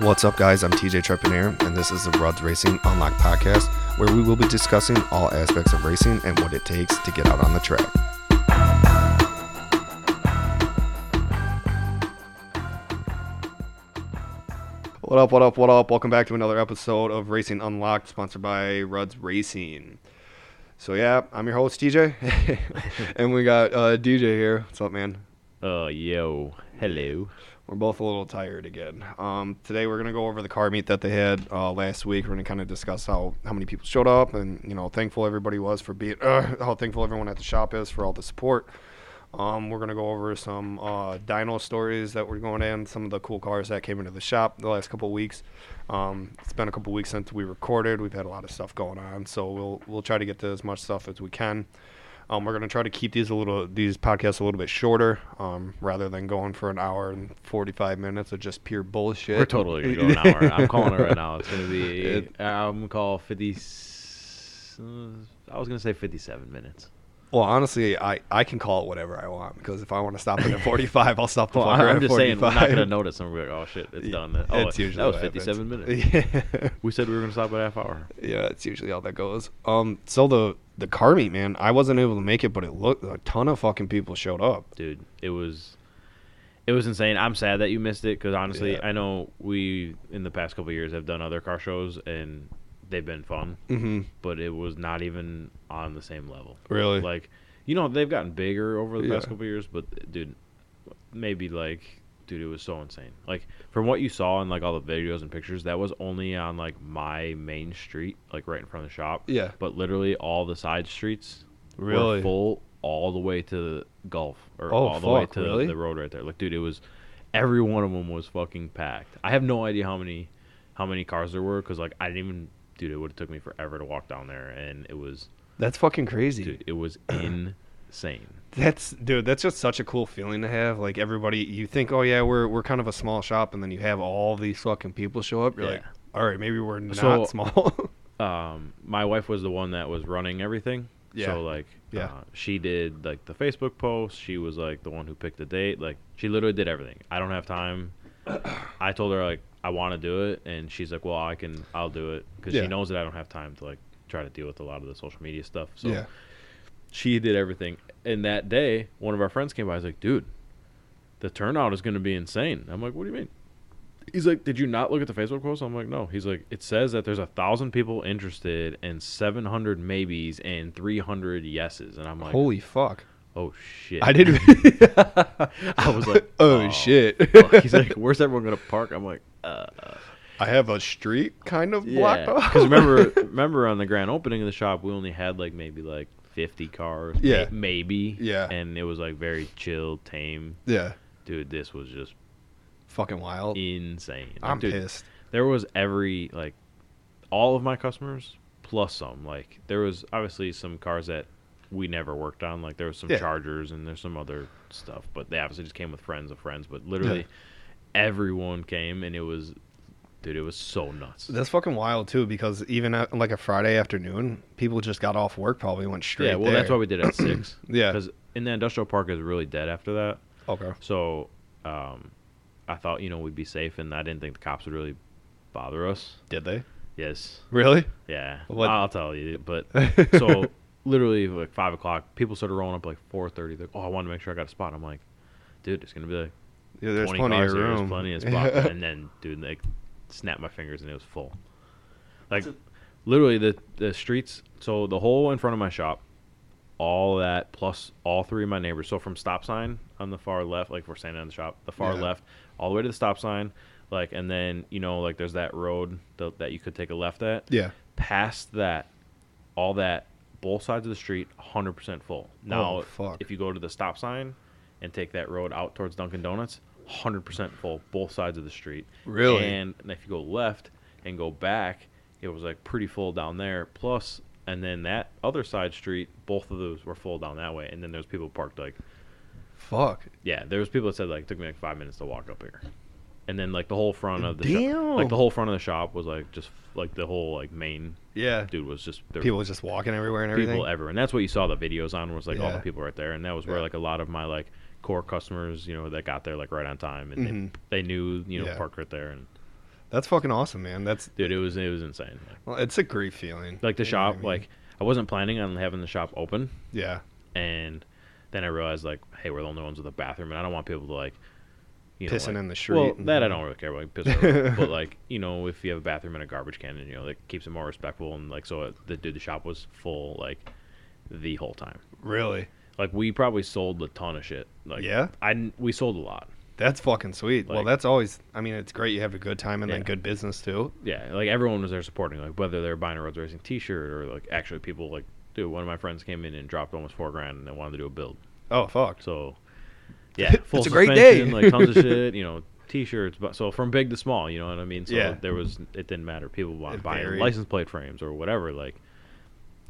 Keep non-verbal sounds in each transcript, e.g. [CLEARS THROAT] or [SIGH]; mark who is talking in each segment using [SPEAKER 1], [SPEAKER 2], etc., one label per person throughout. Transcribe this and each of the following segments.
[SPEAKER 1] What's up, guys? I'm TJ Trepanier, and this is the Rudd Racing Unlocked podcast, where we will be discussing all aspects of racing and what it takes to get out on the track. What up, what up, what up? Welcome back to another episode of Racing Unlocked, sponsored by Rudd's Racing. So, yeah, I'm your host, TJ, [LAUGHS] and we got uh, DJ here. What's up, man?
[SPEAKER 2] Oh, yo. Hello.
[SPEAKER 1] We're both a little tired again. Um, today we're gonna go over the car meet that they had uh, last week. We're gonna kind of discuss how how many people showed up and you know thankful everybody was for being uh, how thankful everyone at the shop is for all the support. Um, we're gonna go over some uh, dyno stories that were going in, some of the cool cars that came into the shop the last couple of weeks. Um, it's been a couple of weeks since we recorded. We've had a lot of stuff going on, so we'll we'll try to get to as much stuff as we can. Um, we're gonna try to keep these a little these podcasts a little bit shorter, um, rather than going for an hour and forty five minutes of just pure bullshit.
[SPEAKER 2] We're totally going to go
[SPEAKER 1] [LAUGHS]
[SPEAKER 2] an hour. I'm calling it right now. It's going to be, I'm going to call 50, s- uh, I was going to say 57 minutes.
[SPEAKER 1] Well, honestly, I, I can call it whatever I want because if I want to stop it at forty five, I'll stop the
[SPEAKER 2] Well,
[SPEAKER 1] fucker
[SPEAKER 2] I'm
[SPEAKER 1] at
[SPEAKER 2] just
[SPEAKER 1] forty
[SPEAKER 2] saying, we're not going to
[SPEAKER 1] five.
[SPEAKER 2] notice. And we're like, oh, shit, it's done.
[SPEAKER 1] It's
[SPEAKER 2] Oh,
[SPEAKER 1] usually
[SPEAKER 2] that was
[SPEAKER 1] what happens.
[SPEAKER 2] 57 minutes.
[SPEAKER 1] [LAUGHS] Yeah.
[SPEAKER 2] We said we were going to stop at half hour.
[SPEAKER 1] Yeah, that's usually how that goes. Um, so the the car meet, man, I wasn't able to make it, but it looked a ton of fucking people showed up.
[SPEAKER 2] dude it was it was insane i'm sad that you missed it because honestly
[SPEAKER 1] Yeah.
[SPEAKER 2] i know we in the past couple of years have done other car shows and they've been fun
[SPEAKER 1] Mhm.
[SPEAKER 2] but it was not even on the same level
[SPEAKER 1] Really?
[SPEAKER 2] like you know they've gotten bigger over the past
[SPEAKER 1] Yeah.
[SPEAKER 2] couple of years but dude maybe like dude it was so insane like from what you saw in like all the videos and pictures that was only on like my main street like right in front of the shop
[SPEAKER 1] Yeah.
[SPEAKER 2] but literally all the side streets
[SPEAKER 1] Really?
[SPEAKER 2] were full all the way to Gulf or
[SPEAKER 1] Oh,
[SPEAKER 2] all the way
[SPEAKER 1] fuck,
[SPEAKER 2] to
[SPEAKER 1] really?
[SPEAKER 2] the road right there. Like, dude, it was every one of them was fucking packed. I have no idea how many how many cars there were because like I didn't even, dude, it would have took me forever to walk down there, and it was,
[SPEAKER 1] That's fucking crazy.
[SPEAKER 2] dude,
[SPEAKER 1] [CLEARS THROAT]
[SPEAKER 2] it was insane.
[SPEAKER 1] That's dude, that's just such a cool feeling to have. Like everybody you think, "Oh yeah, we're we're kind of a small shop," and then you have all these fucking people show up. You're
[SPEAKER 2] Yeah.
[SPEAKER 1] like, "All right, maybe we're not
[SPEAKER 2] So-
[SPEAKER 1] small."
[SPEAKER 2] um, my wife was the one that was running everything.
[SPEAKER 1] Yeah.
[SPEAKER 2] So like,
[SPEAKER 1] Yeah.
[SPEAKER 2] uh, she did like the Facebook post. She was like the one who picked the date. Like, she literally did everything. I don't have time. I told her like I want to do it, and she's like, "Well, I can. I'll do it," because
[SPEAKER 1] Yeah.
[SPEAKER 2] she knows that I don't have time to like try to deal with a lot of the social media stuff. [LAUGHS] So
[SPEAKER 1] Yeah.
[SPEAKER 2] she did everything. And that day, one of our friends came by. He's like, "Dude, the turnout is going to be insane." I'm like, "What do you mean?" He's like, "Did you not look at the Facebook post?" I'm like, "No." He's like, "It says that there's a thousand people interested and 700 maybes and 300 yeses." And I'm like,
[SPEAKER 1] Holy fuck.
[SPEAKER 2] "Oh shit!"
[SPEAKER 1] I
[SPEAKER 2] [LAUGHS]
[SPEAKER 1] didn't
[SPEAKER 2] I was
[SPEAKER 1] [LAUGHS]
[SPEAKER 2] like,
[SPEAKER 1] Oh, shit.
[SPEAKER 2] fuck." He's like, "Where's everyone going to park?" I'm like, "Uh."
[SPEAKER 1] [LAUGHS] I have a street kind of blocked
[SPEAKER 2] [LAUGHS] Yeah,
[SPEAKER 1] off. [LAUGHS]
[SPEAKER 2] because remember, remember on the grand opening of the shop, we only had like maybe like fifty cars. may-
[SPEAKER 1] Yeah.
[SPEAKER 2] maybe.
[SPEAKER 1] Yeah.
[SPEAKER 2] and it was like very chill, tame.
[SPEAKER 1] yeah.
[SPEAKER 2] Dude, this was just
[SPEAKER 1] Fucking wild.
[SPEAKER 2] insane.
[SPEAKER 1] I'm
[SPEAKER 2] Dude,
[SPEAKER 1] pissed.
[SPEAKER 2] There was every like, all of my customers plus some. Like there was obviously some cars that we never worked on. Like there was some
[SPEAKER 1] Yeah.
[SPEAKER 2] Chargers and there's some other stuff, but they obviously just came with friends of friends. But literally, everyone came and it was, dude, it was so nuts.
[SPEAKER 1] That's fucking wild too, because even at, like a Friday afternoon, people just got off work, probably went straight.
[SPEAKER 2] yeah, well,
[SPEAKER 1] there.
[SPEAKER 2] that's why we did it
[SPEAKER 1] [CLEARS THROAT]
[SPEAKER 2] at six.
[SPEAKER 1] Yeah.
[SPEAKER 2] because in the industrial park is really dead after that.
[SPEAKER 1] Okay.
[SPEAKER 2] So, um, I thought you know we'd be safe, and I didn't think the cops would really bother us.
[SPEAKER 1] Did they
[SPEAKER 2] Yes,
[SPEAKER 1] really? [LAUGHS]
[SPEAKER 2] yeah,
[SPEAKER 1] What-
[SPEAKER 2] I'll tell you. But
[SPEAKER 1] [LAUGHS]
[SPEAKER 2] so literally like five o'clock, people started rolling up like four thirty. Like, oh, I want to make sure I got a spot. I'm like, dude, it's gonna be like
[SPEAKER 1] Yeah, there's
[SPEAKER 2] twenty
[SPEAKER 1] plenty
[SPEAKER 2] cars
[SPEAKER 1] of
[SPEAKER 2] here,
[SPEAKER 1] room.
[SPEAKER 2] there's
[SPEAKER 1] [LAUGHS]
[SPEAKER 2] plenty of spot. and then dude, like, snapped my fingers and it was full. Like, literally the the streets. So the whole in front of my shop, all that plus all three of my neighbors. So from stop sign on the far left, like we're standing on the shop, the far
[SPEAKER 1] Yeah.
[SPEAKER 2] left, all the way to the stop sign. Like, and then you know, like there's that road th- that you could take a left at
[SPEAKER 1] Yeah.
[SPEAKER 2] past that, all that, both sides of the street, 100% full. Now,
[SPEAKER 1] Oh, fuck.
[SPEAKER 2] if you go to the stop sign and take that road out towards Dunkin' Donuts, 100% full, both sides of the street.
[SPEAKER 1] Really?
[SPEAKER 2] And if you go left and go back, it was like pretty full down there. Plus, and then that other side street, both of those were full down that way. And then there's people parked like,
[SPEAKER 1] Fuck.
[SPEAKER 2] yeah, there was people that said like it took me like five minutes to walk up here, and then like the whole front of the
[SPEAKER 1] Damn.
[SPEAKER 2] shop, like the whole front of the shop was like just like the whole like main
[SPEAKER 1] Yeah.
[SPEAKER 2] dude was just there
[SPEAKER 1] People just walking everywhere and
[SPEAKER 2] were
[SPEAKER 1] everything.
[SPEAKER 2] people everywhere, and that's what you saw the videos on was like all
[SPEAKER 1] Yeah.
[SPEAKER 2] the people right there, and that was where
[SPEAKER 1] Yeah.
[SPEAKER 2] like a lot of my like core customers, you know, that got there like right on time, and
[SPEAKER 1] Mhm.
[SPEAKER 2] they, they knew you know
[SPEAKER 1] Yeah.
[SPEAKER 2] park right there, and
[SPEAKER 1] That's fucking awesome, man. That's
[SPEAKER 2] dude. It was it was insane. Like,
[SPEAKER 1] well, it's a great feeling.
[SPEAKER 2] like the
[SPEAKER 1] You know what I
[SPEAKER 2] shop,
[SPEAKER 1] mean?
[SPEAKER 2] like I wasn't planning on having the shop open,
[SPEAKER 1] yeah,
[SPEAKER 2] and then I realized like, hey, we're the only ones with a bathroom, and I don't want people to like, you know,
[SPEAKER 1] pissing
[SPEAKER 2] like-
[SPEAKER 1] in the street.
[SPEAKER 2] Well,
[SPEAKER 1] and-
[SPEAKER 2] that I don't really care about like, piss or whatever,
[SPEAKER 1] [LAUGHS]
[SPEAKER 2] but like you know, if you have a bathroom and a garbage can, and you know, that keeps it more respectful, and like so, it, the dude, the shop was full like the whole time.
[SPEAKER 1] really.
[SPEAKER 2] Like we probably sold a ton of shit. Like
[SPEAKER 1] Yeah?
[SPEAKER 2] I didn't- we sold a lot.
[SPEAKER 1] That's fucking sweet. well,
[SPEAKER 2] Like-
[SPEAKER 1] that's always. I mean, it's great you have a good time and then
[SPEAKER 2] Yeah.
[SPEAKER 1] good business too.
[SPEAKER 2] Yeah, like everyone was there supporting, like whether they're buying a Roads Racing T-shirt or like actually people like, dude, one of my friends came in and dropped almost four grand and they wanted to do a build.
[SPEAKER 1] Oh fuck.
[SPEAKER 2] So,
[SPEAKER 1] [LAUGHS]
[SPEAKER 2] yeah, full
[SPEAKER 1] a great
[SPEAKER 2] suspension,
[SPEAKER 1] day. [LAUGHS]
[SPEAKER 2] like tons of shit, you know, T-shirts, but so from big to small, you know what I mean. So
[SPEAKER 1] Yeah.
[SPEAKER 2] there was it didn't matter. People wanted
[SPEAKER 1] It
[SPEAKER 2] buying
[SPEAKER 1] varied.
[SPEAKER 2] license plate frames or whatever. Like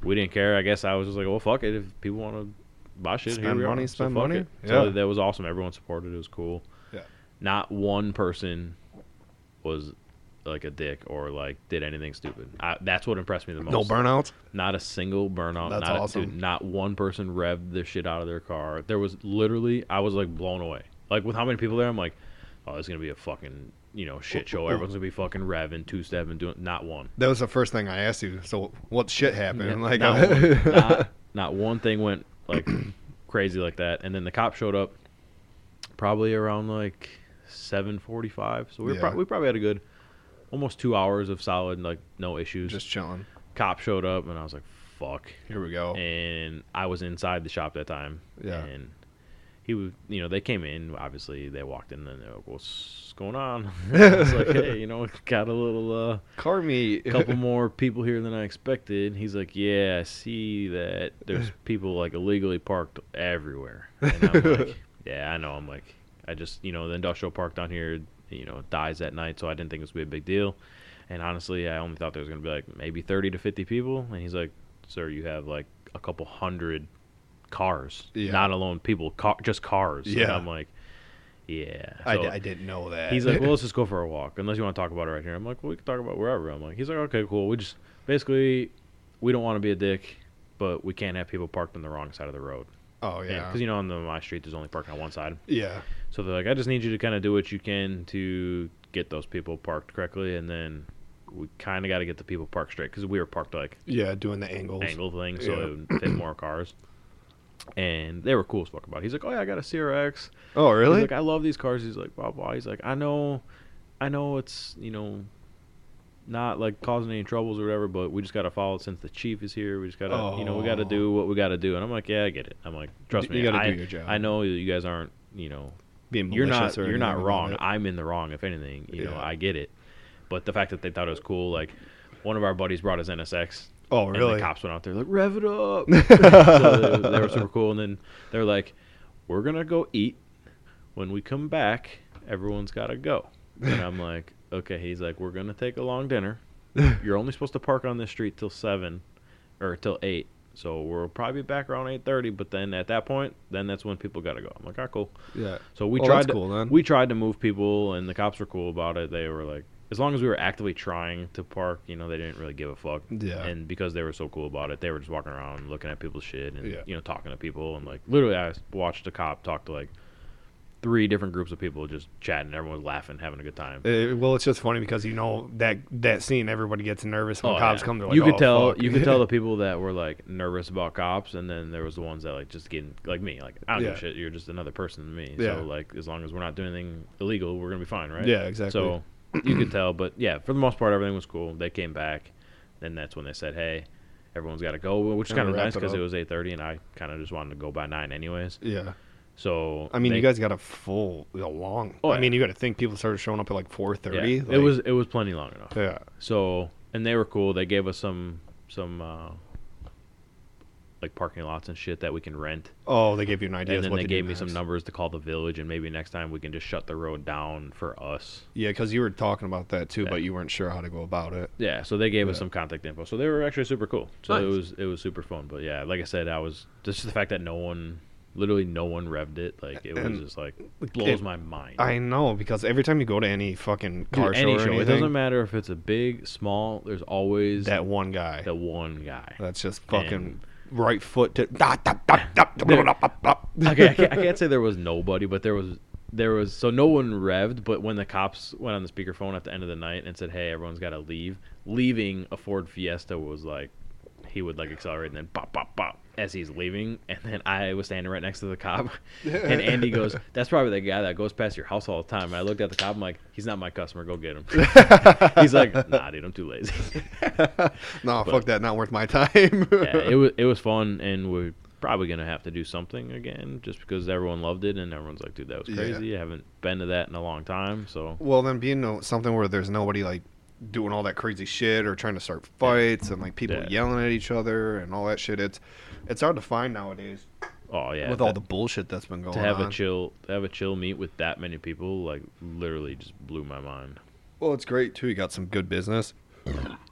[SPEAKER 2] we didn't care. I guess I was just like, well, fuck it. If people want to buy shit, here
[SPEAKER 1] Spend
[SPEAKER 2] we are.
[SPEAKER 1] money,
[SPEAKER 2] So
[SPEAKER 1] spend
[SPEAKER 2] fuck
[SPEAKER 1] money.
[SPEAKER 2] it. So
[SPEAKER 1] Yeah.
[SPEAKER 2] that was awesome. Everyone supported. It was cool.
[SPEAKER 1] Yeah.
[SPEAKER 2] Not one person was like a dick or like did anything stupid. I, that's what impressed me the most.
[SPEAKER 1] No burnouts.
[SPEAKER 2] Not a single burnout.
[SPEAKER 1] That's
[SPEAKER 2] not a-
[SPEAKER 1] awesome.
[SPEAKER 2] dude, not one person revved the shit out of their car. There was literally, I was like blown away. Like with how many people there, I'm like, oh, it's gonna be a fucking you know shit show. Everyone's gonna be fucking revving, two step, and doing not one.
[SPEAKER 1] That was the first thing I asked you. So what shit happened? Like, uh,
[SPEAKER 2] not,
[SPEAKER 1] [LAUGHS]
[SPEAKER 2] one not, not one thing went like [CLEARS THROAT] crazy like that. And then the cop showed up, probably around like 7:45. So we were
[SPEAKER 1] Yeah.
[SPEAKER 2] prob- we probably had a good almost two hours of solid like no issues.
[SPEAKER 1] just chilling.
[SPEAKER 2] cop showed up, and I was like, fuck.
[SPEAKER 1] Here we go.
[SPEAKER 2] and I was inside the shop that time.
[SPEAKER 1] Oh. Yeah.
[SPEAKER 2] And he was, you know, they came in. Obviously, they walked in and they're like, "What's going on?" [LAUGHS] I was like, "Hey, you know, [LAUGHS] got a little, uh,
[SPEAKER 1] Car meet. [LAUGHS]
[SPEAKER 2] couple more people here than I expected." He's like, "Yeah, I see that.
[SPEAKER 1] [LAUGHS]
[SPEAKER 2] There's people like illegally parked everywhere." And I'm
[SPEAKER 1] [LAUGHS]
[SPEAKER 2] like, "Yeah, I know." I'm like, "I just, you know, the industrial park down here, you know, dies at night, so I didn't think this would be a big deal." And honestly, I only thought there was gonna be like maybe thirty to fifty people. And he's like, "Sir, you have like a couple hundred cars,
[SPEAKER 1] Yeah.
[SPEAKER 2] not alone people, car, just cars." And
[SPEAKER 1] Yeah.
[SPEAKER 2] I'm like, "Yeah."
[SPEAKER 1] I,
[SPEAKER 2] So
[SPEAKER 1] d- I didn't know that. [LAUGHS]
[SPEAKER 2] he's like, "Well, let's just go for a walk, unless you want to talk about it right here." I'm like, "Well, we can talk about wherever." I'm like, "He's like, okay, cool. We just basically we don't want to be a dick, but we can't have people parked on the wrong side of the road."
[SPEAKER 1] oh yeah,
[SPEAKER 2] Because you know, on the my street, there's only parking on one side.
[SPEAKER 1] yeah,
[SPEAKER 2] So they're like, I just need you to kind of do what you can to get those people parked correctly, and then we kind of got to get the people parked straight because we were parked like
[SPEAKER 1] yeah, doing the angles.
[SPEAKER 2] angle thing, so
[SPEAKER 1] Yeah.
[SPEAKER 2] it would fit more cars. And they were cool as fuck about. It. He's like, oh yeah, I got a CRX.
[SPEAKER 1] Oh
[SPEAKER 2] He's
[SPEAKER 1] really?
[SPEAKER 2] like, I love these cars. He's like, blah blah. He's like, I know, I know it's you know, not like causing any troubles or whatever, but we just gotta follow it since the chief is here. We just gotta, you know, we gotta
[SPEAKER 1] Oh.
[SPEAKER 2] do what we gotta do. And I'm like, yeah, I get it. I'm like, trust
[SPEAKER 1] You
[SPEAKER 2] me,
[SPEAKER 1] gotta do
[SPEAKER 2] I,
[SPEAKER 1] your job.
[SPEAKER 2] I know you guys aren't, you know,
[SPEAKER 1] Being
[SPEAKER 2] you're not,
[SPEAKER 1] malicious or
[SPEAKER 2] you're not
[SPEAKER 1] anything like
[SPEAKER 2] wrong.
[SPEAKER 1] that.
[SPEAKER 2] I'm in the wrong, if anything. You know,
[SPEAKER 1] Yeah.
[SPEAKER 2] I get it. But the fact that they thought it was cool, like, one of our buddies brought his NSX
[SPEAKER 1] Oh
[SPEAKER 2] and
[SPEAKER 1] really?
[SPEAKER 2] the cops went out there like rev
[SPEAKER 1] [LAUGHS]
[SPEAKER 2] it up. so they, they were super cool, and then they're like, "We're gonna go eat. When we come back, everyone's gotta go." And I'm like, "Okay." He's like, "We're gonna take a long dinner. You're only supposed to park on this street till seven, or till eight. So we'll probably be back around eight thirty. But then at that point, then that's when people gotta go." I'm like, "All right, cool."
[SPEAKER 1] Yeah.
[SPEAKER 2] So we
[SPEAKER 1] Well,
[SPEAKER 2] tried
[SPEAKER 1] Oh, that's
[SPEAKER 2] to,
[SPEAKER 1] cool then.
[SPEAKER 2] we tried to move people, and the cops were cool about it. They were like, as long as we were actively trying to park, you know, they didn't really give a fuck.
[SPEAKER 1] Yeah.
[SPEAKER 2] And because they were so cool about it, they were just walking around looking at people's shit and
[SPEAKER 1] Yeah.
[SPEAKER 2] you know talking to people and like literally, I watched a cop talk to like three different groups of people just chatting. Everyone was laughing, having a good time.
[SPEAKER 1] Uh, well, it's just funny because you know that that scene, everybody gets nervous when
[SPEAKER 2] Oh,
[SPEAKER 1] cops
[SPEAKER 2] yeah.
[SPEAKER 1] come. They're like,
[SPEAKER 2] you could
[SPEAKER 1] "Oh,
[SPEAKER 2] tell
[SPEAKER 1] fuck." [LAUGHS]
[SPEAKER 2] you could tell the people that were like nervous about cops, and then there was the ones that like just getting like me, like I don't give
[SPEAKER 1] Yeah.
[SPEAKER 2] a shit. You're just another person to me.
[SPEAKER 1] Yeah.
[SPEAKER 2] So like as long as we're not doing anything illegal, we're gonna be fine, right?
[SPEAKER 1] Yeah, exactly.
[SPEAKER 2] So you could tell, but yeah, for the most part, everything was cool. They came back, and that's when they said, "Hey, everyone's got to go," which is
[SPEAKER 1] And
[SPEAKER 2] kind of
[SPEAKER 1] wrap
[SPEAKER 2] nice
[SPEAKER 1] it
[SPEAKER 2] because it,
[SPEAKER 1] up.
[SPEAKER 2] was eight thirty, and I kind of just wanted to go by nine anyways.
[SPEAKER 1] yeah.
[SPEAKER 2] So
[SPEAKER 1] I mean,
[SPEAKER 2] they-
[SPEAKER 1] you guys got a full, a long.
[SPEAKER 2] Oh,
[SPEAKER 1] I mean,
[SPEAKER 2] yeah.
[SPEAKER 1] you got to think people started showing up at like four
[SPEAKER 2] yeah,
[SPEAKER 1] thirty.
[SPEAKER 2] it was it was plenty long enough.
[SPEAKER 1] Yeah.
[SPEAKER 2] So and they were cool. They gave us some some uh, like parking lots and shit that we can rent.
[SPEAKER 1] Oh, they gave you an idea.
[SPEAKER 2] and
[SPEAKER 1] of
[SPEAKER 2] then
[SPEAKER 1] what
[SPEAKER 2] they
[SPEAKER 1] to do
[SPEAKER 2] gave me some
[SPEAKER 1] next.
[SPEAKER 2] numbers to call the village, and maybe next time we can just shut the road down for us.
[SPEAKER 1] Yeah, because you were talking about that too,
[SPEAKER 2] Yeah.
[SPEAKER 1] but you weren't sure how to go about it.
[SPEAKER 2] Yeah. So they gave us
[SPEAKER 1] Yeah.
[SPEAKER 2] some contact info. So they were actually super cool. So it
[SPEAKER 1] Nice.
[SPEAKER 2] was it was super fun. But yeah, like I said, I was just the fact that no one, literally no one revved it. Like it
[SPEAKER 1] And-
[SPEAKER 2] was just like blows
[SPEAKER 1] it-
[SPEAKER 2] my mind.
[SPEAKER 1] I know because every time you go to any fucking
[SPEAKER 2] Dude,
[SPEAKER 1] car
[SPEAKER 2] any
[SPEAKER 1] show, or
[SPEAKER 2] show, it
[SPEAKER 1] anything,
[SPEAKER 2] doesn't matter if it's a big, small. There's always that,
[SPEAKER 1] that one guy
[SPEAKER 2] one guy.
[SPEAKER 1] that's just fucking
[SPEAKER 2] And-
[SPEAKER 1] right foot to. Da, da, da, da, da, da, da, da, da.
[SPEAKER 2] [LAUGHS] okay, I can't, I can't say there was nobody, but there was there was so no one revved, but when the cops went on the speakerphone at the end of the night and said, "Hey, everyone's got to leave," leaving a Ford Fiesta was like he would like accelerate and then bop bop bop as he's leaving, and then I was standing right next to the cop, and Andy goes, "That's probably the guy that goes past your house all the time." And I looked at the cop, I'm like, "He's not my customer. Go get him." [LAUGHS] he's like, "Nah, dude, I'm too lazy."
[SPEAKER 1] no,
[SPEAKER 2] But-
[SPEAKER 1] fuck that. Not worth my [LAUGHS] time.
[SPEAKER 2] yeah, it was it was fun, and we're probably gonna have to do something again just because everyone loved it and everyone's like, dude, that was
[SPEAKER 1] Yeah.
[SPEAKER 2] crazy. I haven't been to that in a long time, so
[SPEAKER 1] Well, then being no, something where there's nobody like doing all that crazy shit or trying to start fights and like people
[SPEAKER 2] Yeah.
[SPEAKER 1] yelling at each other and all that shit. It's it's hard to find nowadays
[SPEAKER 2] oh yeah,
[SPEAKER 1] with all
[SPEAKER 2] that-
[SPEAKER 1] the bullshit that's been going
[SPEAKER 2] to have
[SPEAKER 1] on.
[SPEAKER 2] a chill to have a chill meet with that many people like literally just blew my mind.
[SPEAKER 1] well, it's great too. You got some good business.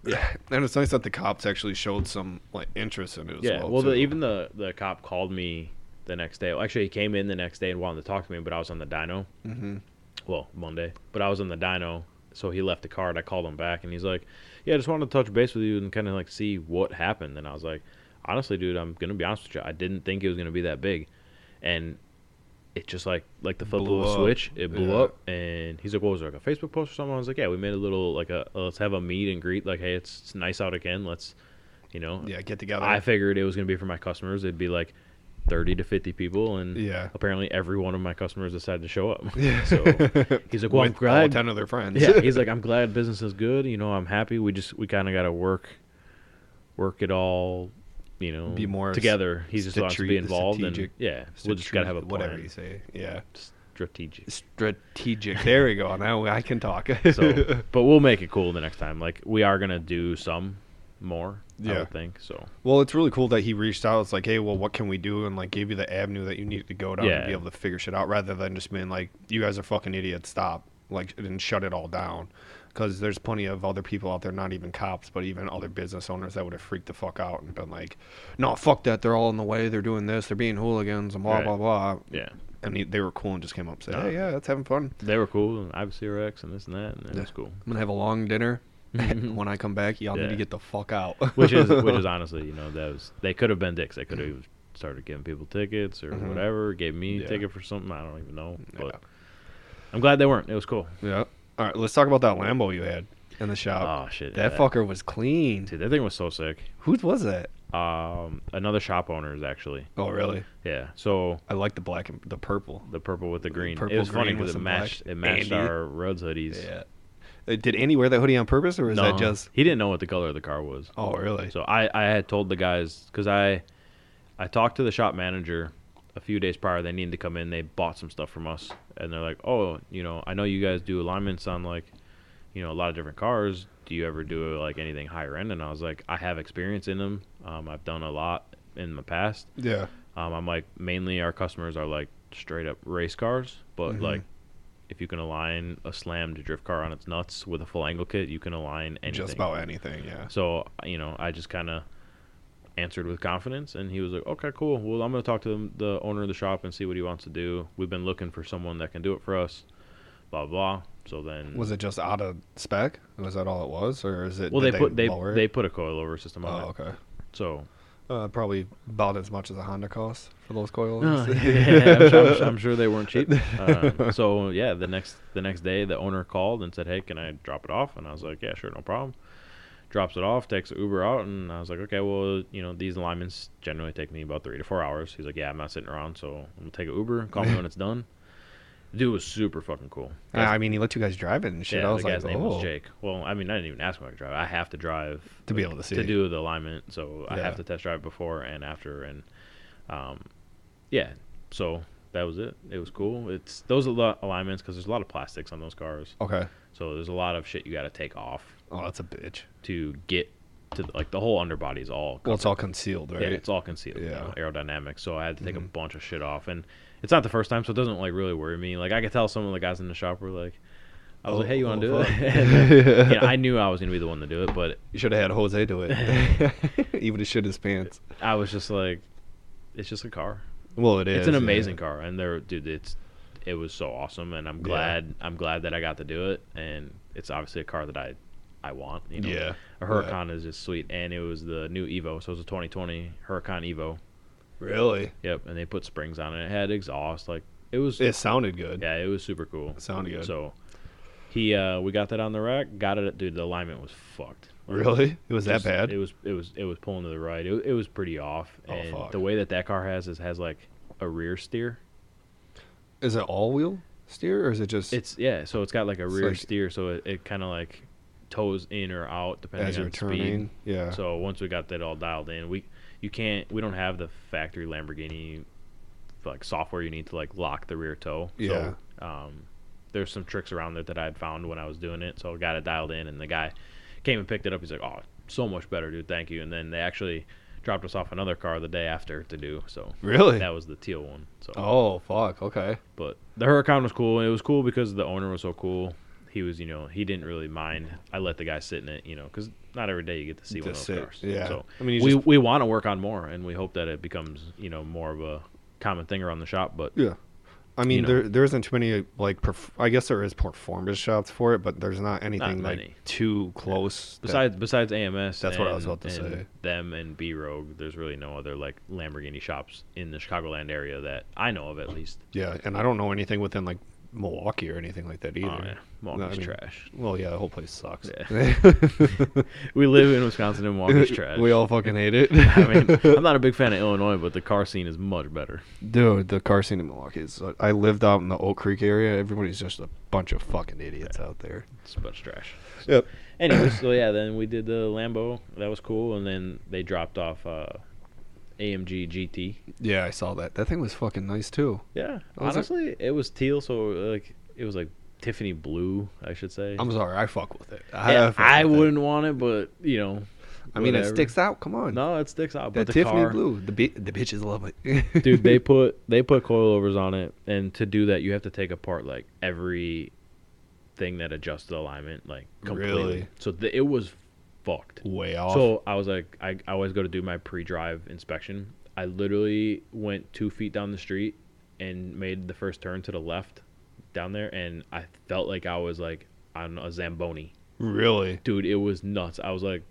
[SPEAKER 1] Yeah, and it's nice that the cops actually showed some like interest in it as
[SPEAKER 2] yeah,
[SPEAKER 1] well.
[SPEAKER 2] well, the,
[SPEAKER 1] too.
[SPEAKER 2] even the the cop called me the next day. Well, actually, he came in the next day and wanted to talk to me, but I was on the dyno. Mm-hmm. Well, Monday, but I was on the dyno, so he left the card. I called him back, and he's like, "Yeah, I just wanted to touch base with you and kind of like see what happened." And I was like, "Honestly, dude, I'm gonna be honest with you. I didn't think it was gonna be that big, and." It just like like the flip
[SPEAKER 1] Blew
[SPEAKER 2] of a
[SPEAKER 1] up.
[SPEAKER 2] switch, it blew
[SPEAKER 1] Yeah.
[SPEAKER 2] up, and he's like, "What was it, like a Facebook post or something?" I was like, "Yeah, we made a little like a let's have a meet and greet, like hey, it's, it's nice out again, let's, you know,
[SPEAKER 1] yeah get together.
[SPEAKER 2] I figured it was going to be for my customers. It'd be like 30 to 50 people, and
[SPEAKER 1] Yeah.
[SPEAKER 2] apparently every one of my customers decided to show up.
[SPEAKER 1] [LAUGHS]
[SPEAKER 2] So he's like, "Well, I'm
[SPEAKER 1] with all
[SPEAKER 2] glad."
[SPEAKER 1] ten of their friends. [LAUGHS]
[SPEAKER 2] yeah, he's like, "I'm glad business is good. You know, I'm happy. We just we kind of got to work, work it all, you know,
[SPEAKER 1] Be more
[SPEAKER 2] together. He's just wants to be
[SPEAKER 1] strate-
[SPEAKER 2] involved, and
[SPEAKER 1] strategic-
[SPEAKER 2] yeah, we just got to have a plan.
[SPEAKER 1] whatever you say. Yeah,
[SPEAKER 2] strategic.
[SPEAKER 1] [LAUGHS] strategic. There we go. Now I can talk.
[SPEAKER 2] So, but we'll make it cool the next time. Like we are gonna do some more. I
[SPEAKER 1] Yeah.
[SPEAKER 2] would think so.
[SPEAKER 1] Well, it's really cool that he reached out. It's like, hey, well, what can we do? And like, gave you the avenue that you needed to go down
[SPEAKER 2] Yeah.
[SPEAKER 1] to be able to figure shit out, rather than just being like, you guys are fucking idiots. Stop. Like, and shut it all down. Because there's plenty of other people out there, not even cops, but even other business owners that would have freaked the fuck out and been like, no, fuck that. They're all in the way. They're doing this. They're being hooligans and blah
[SPEAKER 2] Right.
[SPEAKER 1] blah blah.
[SPEAKER 2] Yeah,
[SPEAKER 1] And he, they were cool and just came up and said,
[SPEAKER 2] Yeah.
[SPEAKER 1] hey, yeah, that's having fun.
[SPEAKER 2] they were cool, and IBCRX and this and that, and that
[SPEAKER 1] Yeah.
[SPEAKER 2] was cool.
[SPEAKER 1] I'm gonna have a long
[SPEAKER 2] [LAUGHS]
[SPEAKER 1] dinner. [LAUGHS] when I come back, y'all need
[SPEAKER 2] Mhm. Yeah.
[SPEAKER 1] to get the fuck out.
[SPEAKER 2] which is which is honestly, you know, that was they could have been dicks. They could have started giving people tickets or
[SPEAKER 1] Mhm.
[SPEAKER 2] whatever. Gave me a
[SPEAKER 1] Yeah.
[SPEAKER 2] ticket for something I don't even know. But
[SPEAKER 1] Yeah.
[SPEAKER 2] I'm glad they weren't. It was cool.
[SPEAKER 1] [LAUGHS] yeah. All right, let's talk about that Lambo you had in the shop.
[SPEAKER 2] oh shit,
[SPEAKER 1] That fucker was clean.
[SPEAKER 2] Dude, that thing was so sick.
[SPEAKER 1] Who was that?
[SPEAKER 2] Um, another shop owner's actually.
[SPEAKER 1] Oh, really?
[SPEAKER 2] Yeah. So
[SPEAKER 1] I like the black and the purple.
[SPEAKER 2] the purple with the green.
[SPEAKER 1] purple
[SPEAKER 2] it was funny
[SPEAKER 1] green with
[SPEAKER 2] because it
[SPEAKER 1] some
[SPEAKER 2] matched.
[SPEAKER 1] black.
[SPEAKER 2] It matched
[SPEAKER 1] Andy.
[SPEAKER 2] our roads hoodies.
[SPEAKER 1] Uh, Did Andy wear that hoodie on purpose, or is
[SPEAKER 2] No,
[SPEAKER 1] that just?
[SPEAKER 2] he didn't know what the color of the car was.
[SPEAKER 1] Oh, really?
[SPEAKER 2] So I, I had told the guys because I I talked to the shop manager a few days prior. They needed to come in. They bought some stuff from us, and they're like, "Oh, you know, I know you guys do alignments on like, you know, a lot of different cars. Do you ever do like anything higher end?" And I was like, "I have experience in them. Um, I've done a lot in the past.
[SPEAKER 1] Yeah.
[SPEAKER 2] Um, I'm like, mainly our customers are like straight up race cars, but
[SPEAKER 1] Mhm.
[SPEAKER 2] like." If you can align a slammed drift car on its nuts with a full angle kit, you can align anything.
[SPEAKER 1] Just about anything. Yeah.
[SPEAKER 2] So, you know, I just kind of answered with confidence, and he was like, okay, cool. Well, I'm going to talk to the, the owner of the shop and see what he wants to do. We've been looking for someone that can do it for us, blah, blah. So then.
[SPEAKER 1] Was it just out of spec? Was that all it was, or is it?
[SPEAKER 2] well, they,
[SPEAKER 1] did
[SPEAKER 2] put they
[SPEAKER 1] lower it?
[SPEAKER 2] they put a coilover system on
[SPEAKER 1] Oh,
[SPEAKER 2] it,
[SPEAKER 1] okay.
[SPEAKER 2] so
[SPEAKER 1] Uh, probably about as much as a Honda costs for those coils. [LAUGHS]
[SPEAKER 2] [LAUGHS] yeah, I'm, sure, I'm sure- I'm sure they weren't cheap. Um, so yeah, the next the next day, the owner called and said, "Hey, can I drop it off?" And I was like, "Yeah, sure, no problem." Drops it off, takes the Uber out, and I was like, "Okay, well, you know, these alignments generally take me about three to four hours." He's like, "Yeah, I'm not sitting around, so I'm gonna take an Uber. Call me when it's done." Dude was super fucking cool.
[SPEAKER 1] I mean, he let you guys drive it and Ah, shit.
[SPEAKER 2] yeah,
[SPEAKER 1] I
[SPEAKER 2] the
[SPEAKER 1] was like,
[SPEAKER 2] guy's name
[SPEAKER 1] oh,
[SPEAKER 2] was Jake. Well, I mean, I didn't even ask him if I could drive. I have to drive
[SPEAKER 1] to be able to see.
[SPEAKER 2] to do the alignment. So I have
[SPEAKER 1] Yeah.
[SPEAKER 2] to test drive before and after, and um, yeah. So that was it. It was cool. It's those a lot alignments because there's a lot of plastics on those cars.
[SPEAKER 1] Okay.
[SPEAKER 2] So there's a lot of shit you got to take off
[SPEAKER 1] Oh, that's a bitch.
[SPEAKER 2] to get to like the whole underbody is all
[SPEAKER 1] Well, it's all concealed, right?
[SPEAKER 2] yeah, it's all concealed, you
[SPEAKER 1] Yeah. Mm-hmm.
[SPEAKER 2] know, aerodynamic. So I had to take a bunch of shit off, and it's not the first time, so it doesn't like really worry me. Like I could tell some of the guys in the shop were like, "I was
[SPEAKER 1] Oh,
[SPEAKER 2] like, hey, you want to [LAUGHS]
[SPEAKER 1] oh,
[SPEAKER 2] do
[SPEAKER 1] fuck.
[SPEAKER 2] it?" And, uh, yeah, I knew I was gonna be the one to do it, but
[SPEAKER 1] You should have had Jose do it.
[SPEAKER 2] [LAUGHS]
[SPEAKER 1] [LAUGHS] he would have shit his pants.
[SPEAKER 2] I was just like, "It's just a car."
[SPEAKER 1] Well, it is.
[SPEAKER 2] it's an
[SPEAKER 1] yeah.
[SPEAKER 2] amazing car and they're dude it's it was so awesome and i'm
[SPEAKER 1] Yeah.
[SPEAKER 2] glad i'm glad that i got to do it and it's obviously a car that i i want you know
[SPEAKER 1] Yeah,
[SPEAKER 2] a huracan is just sweet and it was the new evo so it was a 2020 huracan evo
[SPEAKER 1] Really?
[SPEAKER 2] yep and they put springs on it it had exhaust like it was
[SPEAKER 1] It sounded good.
[SPEAKER 2] yeah, it was super cool.
[SPEAKER 1] Sounded good.
[SPEAKER 2] So he uh we got that on the rack, got it dude, the alignment was fucked. Like,
[SPEAKER 1] Really? It was that
[SPEAKER 2] just-
[SPEAKER 1] bad?
[SPEAKER 2] It was it was it was pulling to the right. It, wa- it was pretty off.
[SPEAKER 1] Oh,
[SPEAKER 2] and
[SPEAKER 1] fuck.
[SPEAKER 2] the way that that car has is has like a rear steer.
[SPEAKER 1] Is it all wheel steer or is it just
[SPEAKER 2] It's yeah, so it's got like a
[SPEAKER 1] It's
[SPEAKER 2] rear
[SPEAKER 1] like-
[SPEAKER 2] steer so it, it kind of like toes in or out depending
[SPEAKER 1] as
[SPEAKER 2] on
[SPEAKER 1] you're
[SPEAKER 2] the
[SPEAKER 1] turning?
[SPEAKER 2] speed.
[SPEAKER 1] Yeah.
[SPEAKER 2] So once we got that all dialed in, we you can't we don't have the factory Lamborghini like software you need to like lock the rear toe.
[SPEAKER 1] Yeah.
[SPEAKER 2] So, um, there's some tricks around it that I had found when I was doing it, so I got it dialed in, and the guy came and picked it up. He's like, "Oh, so much better, dude. Thank you." And then they actually dropped us off another car the day after to do. So
[SPEAKER 1] really?
[SPEAKER 2] that was the teal one. So
[SPEAKER 1] oh fuck. Okay.
[SPEAKER 2] but the Huracan was cool, and it was cool because the owner was so cool. He was, you know, he didn't really mind. I let the guy sit in it, you know, because not every day you get to see one of
[SPEAKER 1] Just
[SPEAKER 2] those
[SPEAKER 1] sit,
[SPEAKER 2] cars.
[SPEAKER 1] yeah.
[SPEAKER 2] So
[SPEAKER 1] I mean, you
[SPEAKER 2] we
[SPEAKER 1] just-
[SPEAKER 2] we want to work on more, and we hope that it becomes, you know, more of a common thing around the shop. But
[SPEAKER 1] Yeah. I mean,
[SPEAKER 2] know.
[SPEAKER 1] there there isn't too many like. Perf- I guess there is performance shops for it, but there's not anything like
[SPEAKER 2] many.
[SPEAKER 1] too close. that-
[SPEAKER 2] besides besides AMS,
[SPEAKER 1] That's what I was
[SPEAKER 2] and-
[SPEAKER 1] about to
[SPEAKER 2] and
[SPEAKER 1] say.
[SPEAKER 2] Them and B Rogue, there's really no other like Lamborghini shops in the Chicagoland area that I know of, at least.
[SPEAKER 1] yeah, and I don't know anything within like Milwaukee or anything like that either.
[SPEAKER 2] Oh, yeah.
[SPEAKER 1] No, I
[SPEAKER 2] Milwaukee's
[SPEAKER 1] mean-
[SPEAKER 2] trash.
[SPEAKER 1] Well, yeah, the whole place sucks.
[SPEAKER 2] We live in Wisconsin,
[SPEAKER 1] [LAUGHS]
[SPEAKER 2] and [LAUGHS] Milwaukee's trash.
[SPEAKER 1] we all fucking hate it.
[SPEAKER 2] [LAUGHS] I
[SPEAKER 1] [LAUGHS]
[SPEAKER 2] mean, I'm not a big fan of Illinois, but the car scene is much better.
[SPEAKER 1] Dude, the car scene in Milwaukee is. I lived out in the Oak Creek area. Everybody's just a bunch of fucking idiots out there.
[SPEAKER 2] It's a bunch of trash.
[SPEAKER 1] Yep.
[SPEAKER 2] Anyways, so yeah, then we did the Lambo. That was cool, and then they dropped off uh, AMG GT.
[SPEAKER 1] Yeah, I saw that. That thing was fucking nice too.
[SPEAKER 2] Yeah,
[SPEAKER 1] I was like-
[SPEAKER 2] honestly, it was teal, so like it was like Tiffany blue, I should say.
[SPEAKER 1] I'm sorry, I fuck with it.
[SPEAKER 2] Yeah,
[SPEAKER 1] fuck
[SPEAKER 2] I
[SPEAKER 1] with it.
[SPEAKER 2] wouldn't want it, but you know,
[SPEAKER 1] I mean,
[SPEAKER 2] whatever.
[SPEAKER 1] it sticks out. Come on.
[SPEAKER 2] No, it sticks out.
[SPEAKER 1] that
[SPEAKER 2] But the
[SPEAKER 1] Tiffany
[SPEAKER 2] car,
[SPEAKER 1] blue. The bi- the bitches love it.
[SPEAKER 2] [LAUGHS]
[SPEAKER 1] [LAUGHS]
[SPEAKER 2] dude they put they put coilovers on it and to do that you have to take apart like every thing that adjusts the alignment like completely
[SPEAKER 1] Really?
[SPEAKER 2] so th- it was fucked
[SPEAKER 1] way off.
[SPEAKER 2] so i was like I, I always go to do my pre-drive inspection i literally went two feet down the street and made the first turn to the left down there and i felt like i was like on a zamboni
[SPEAKER 1] really,
[SPEAKER 2] dude it was nuts i was like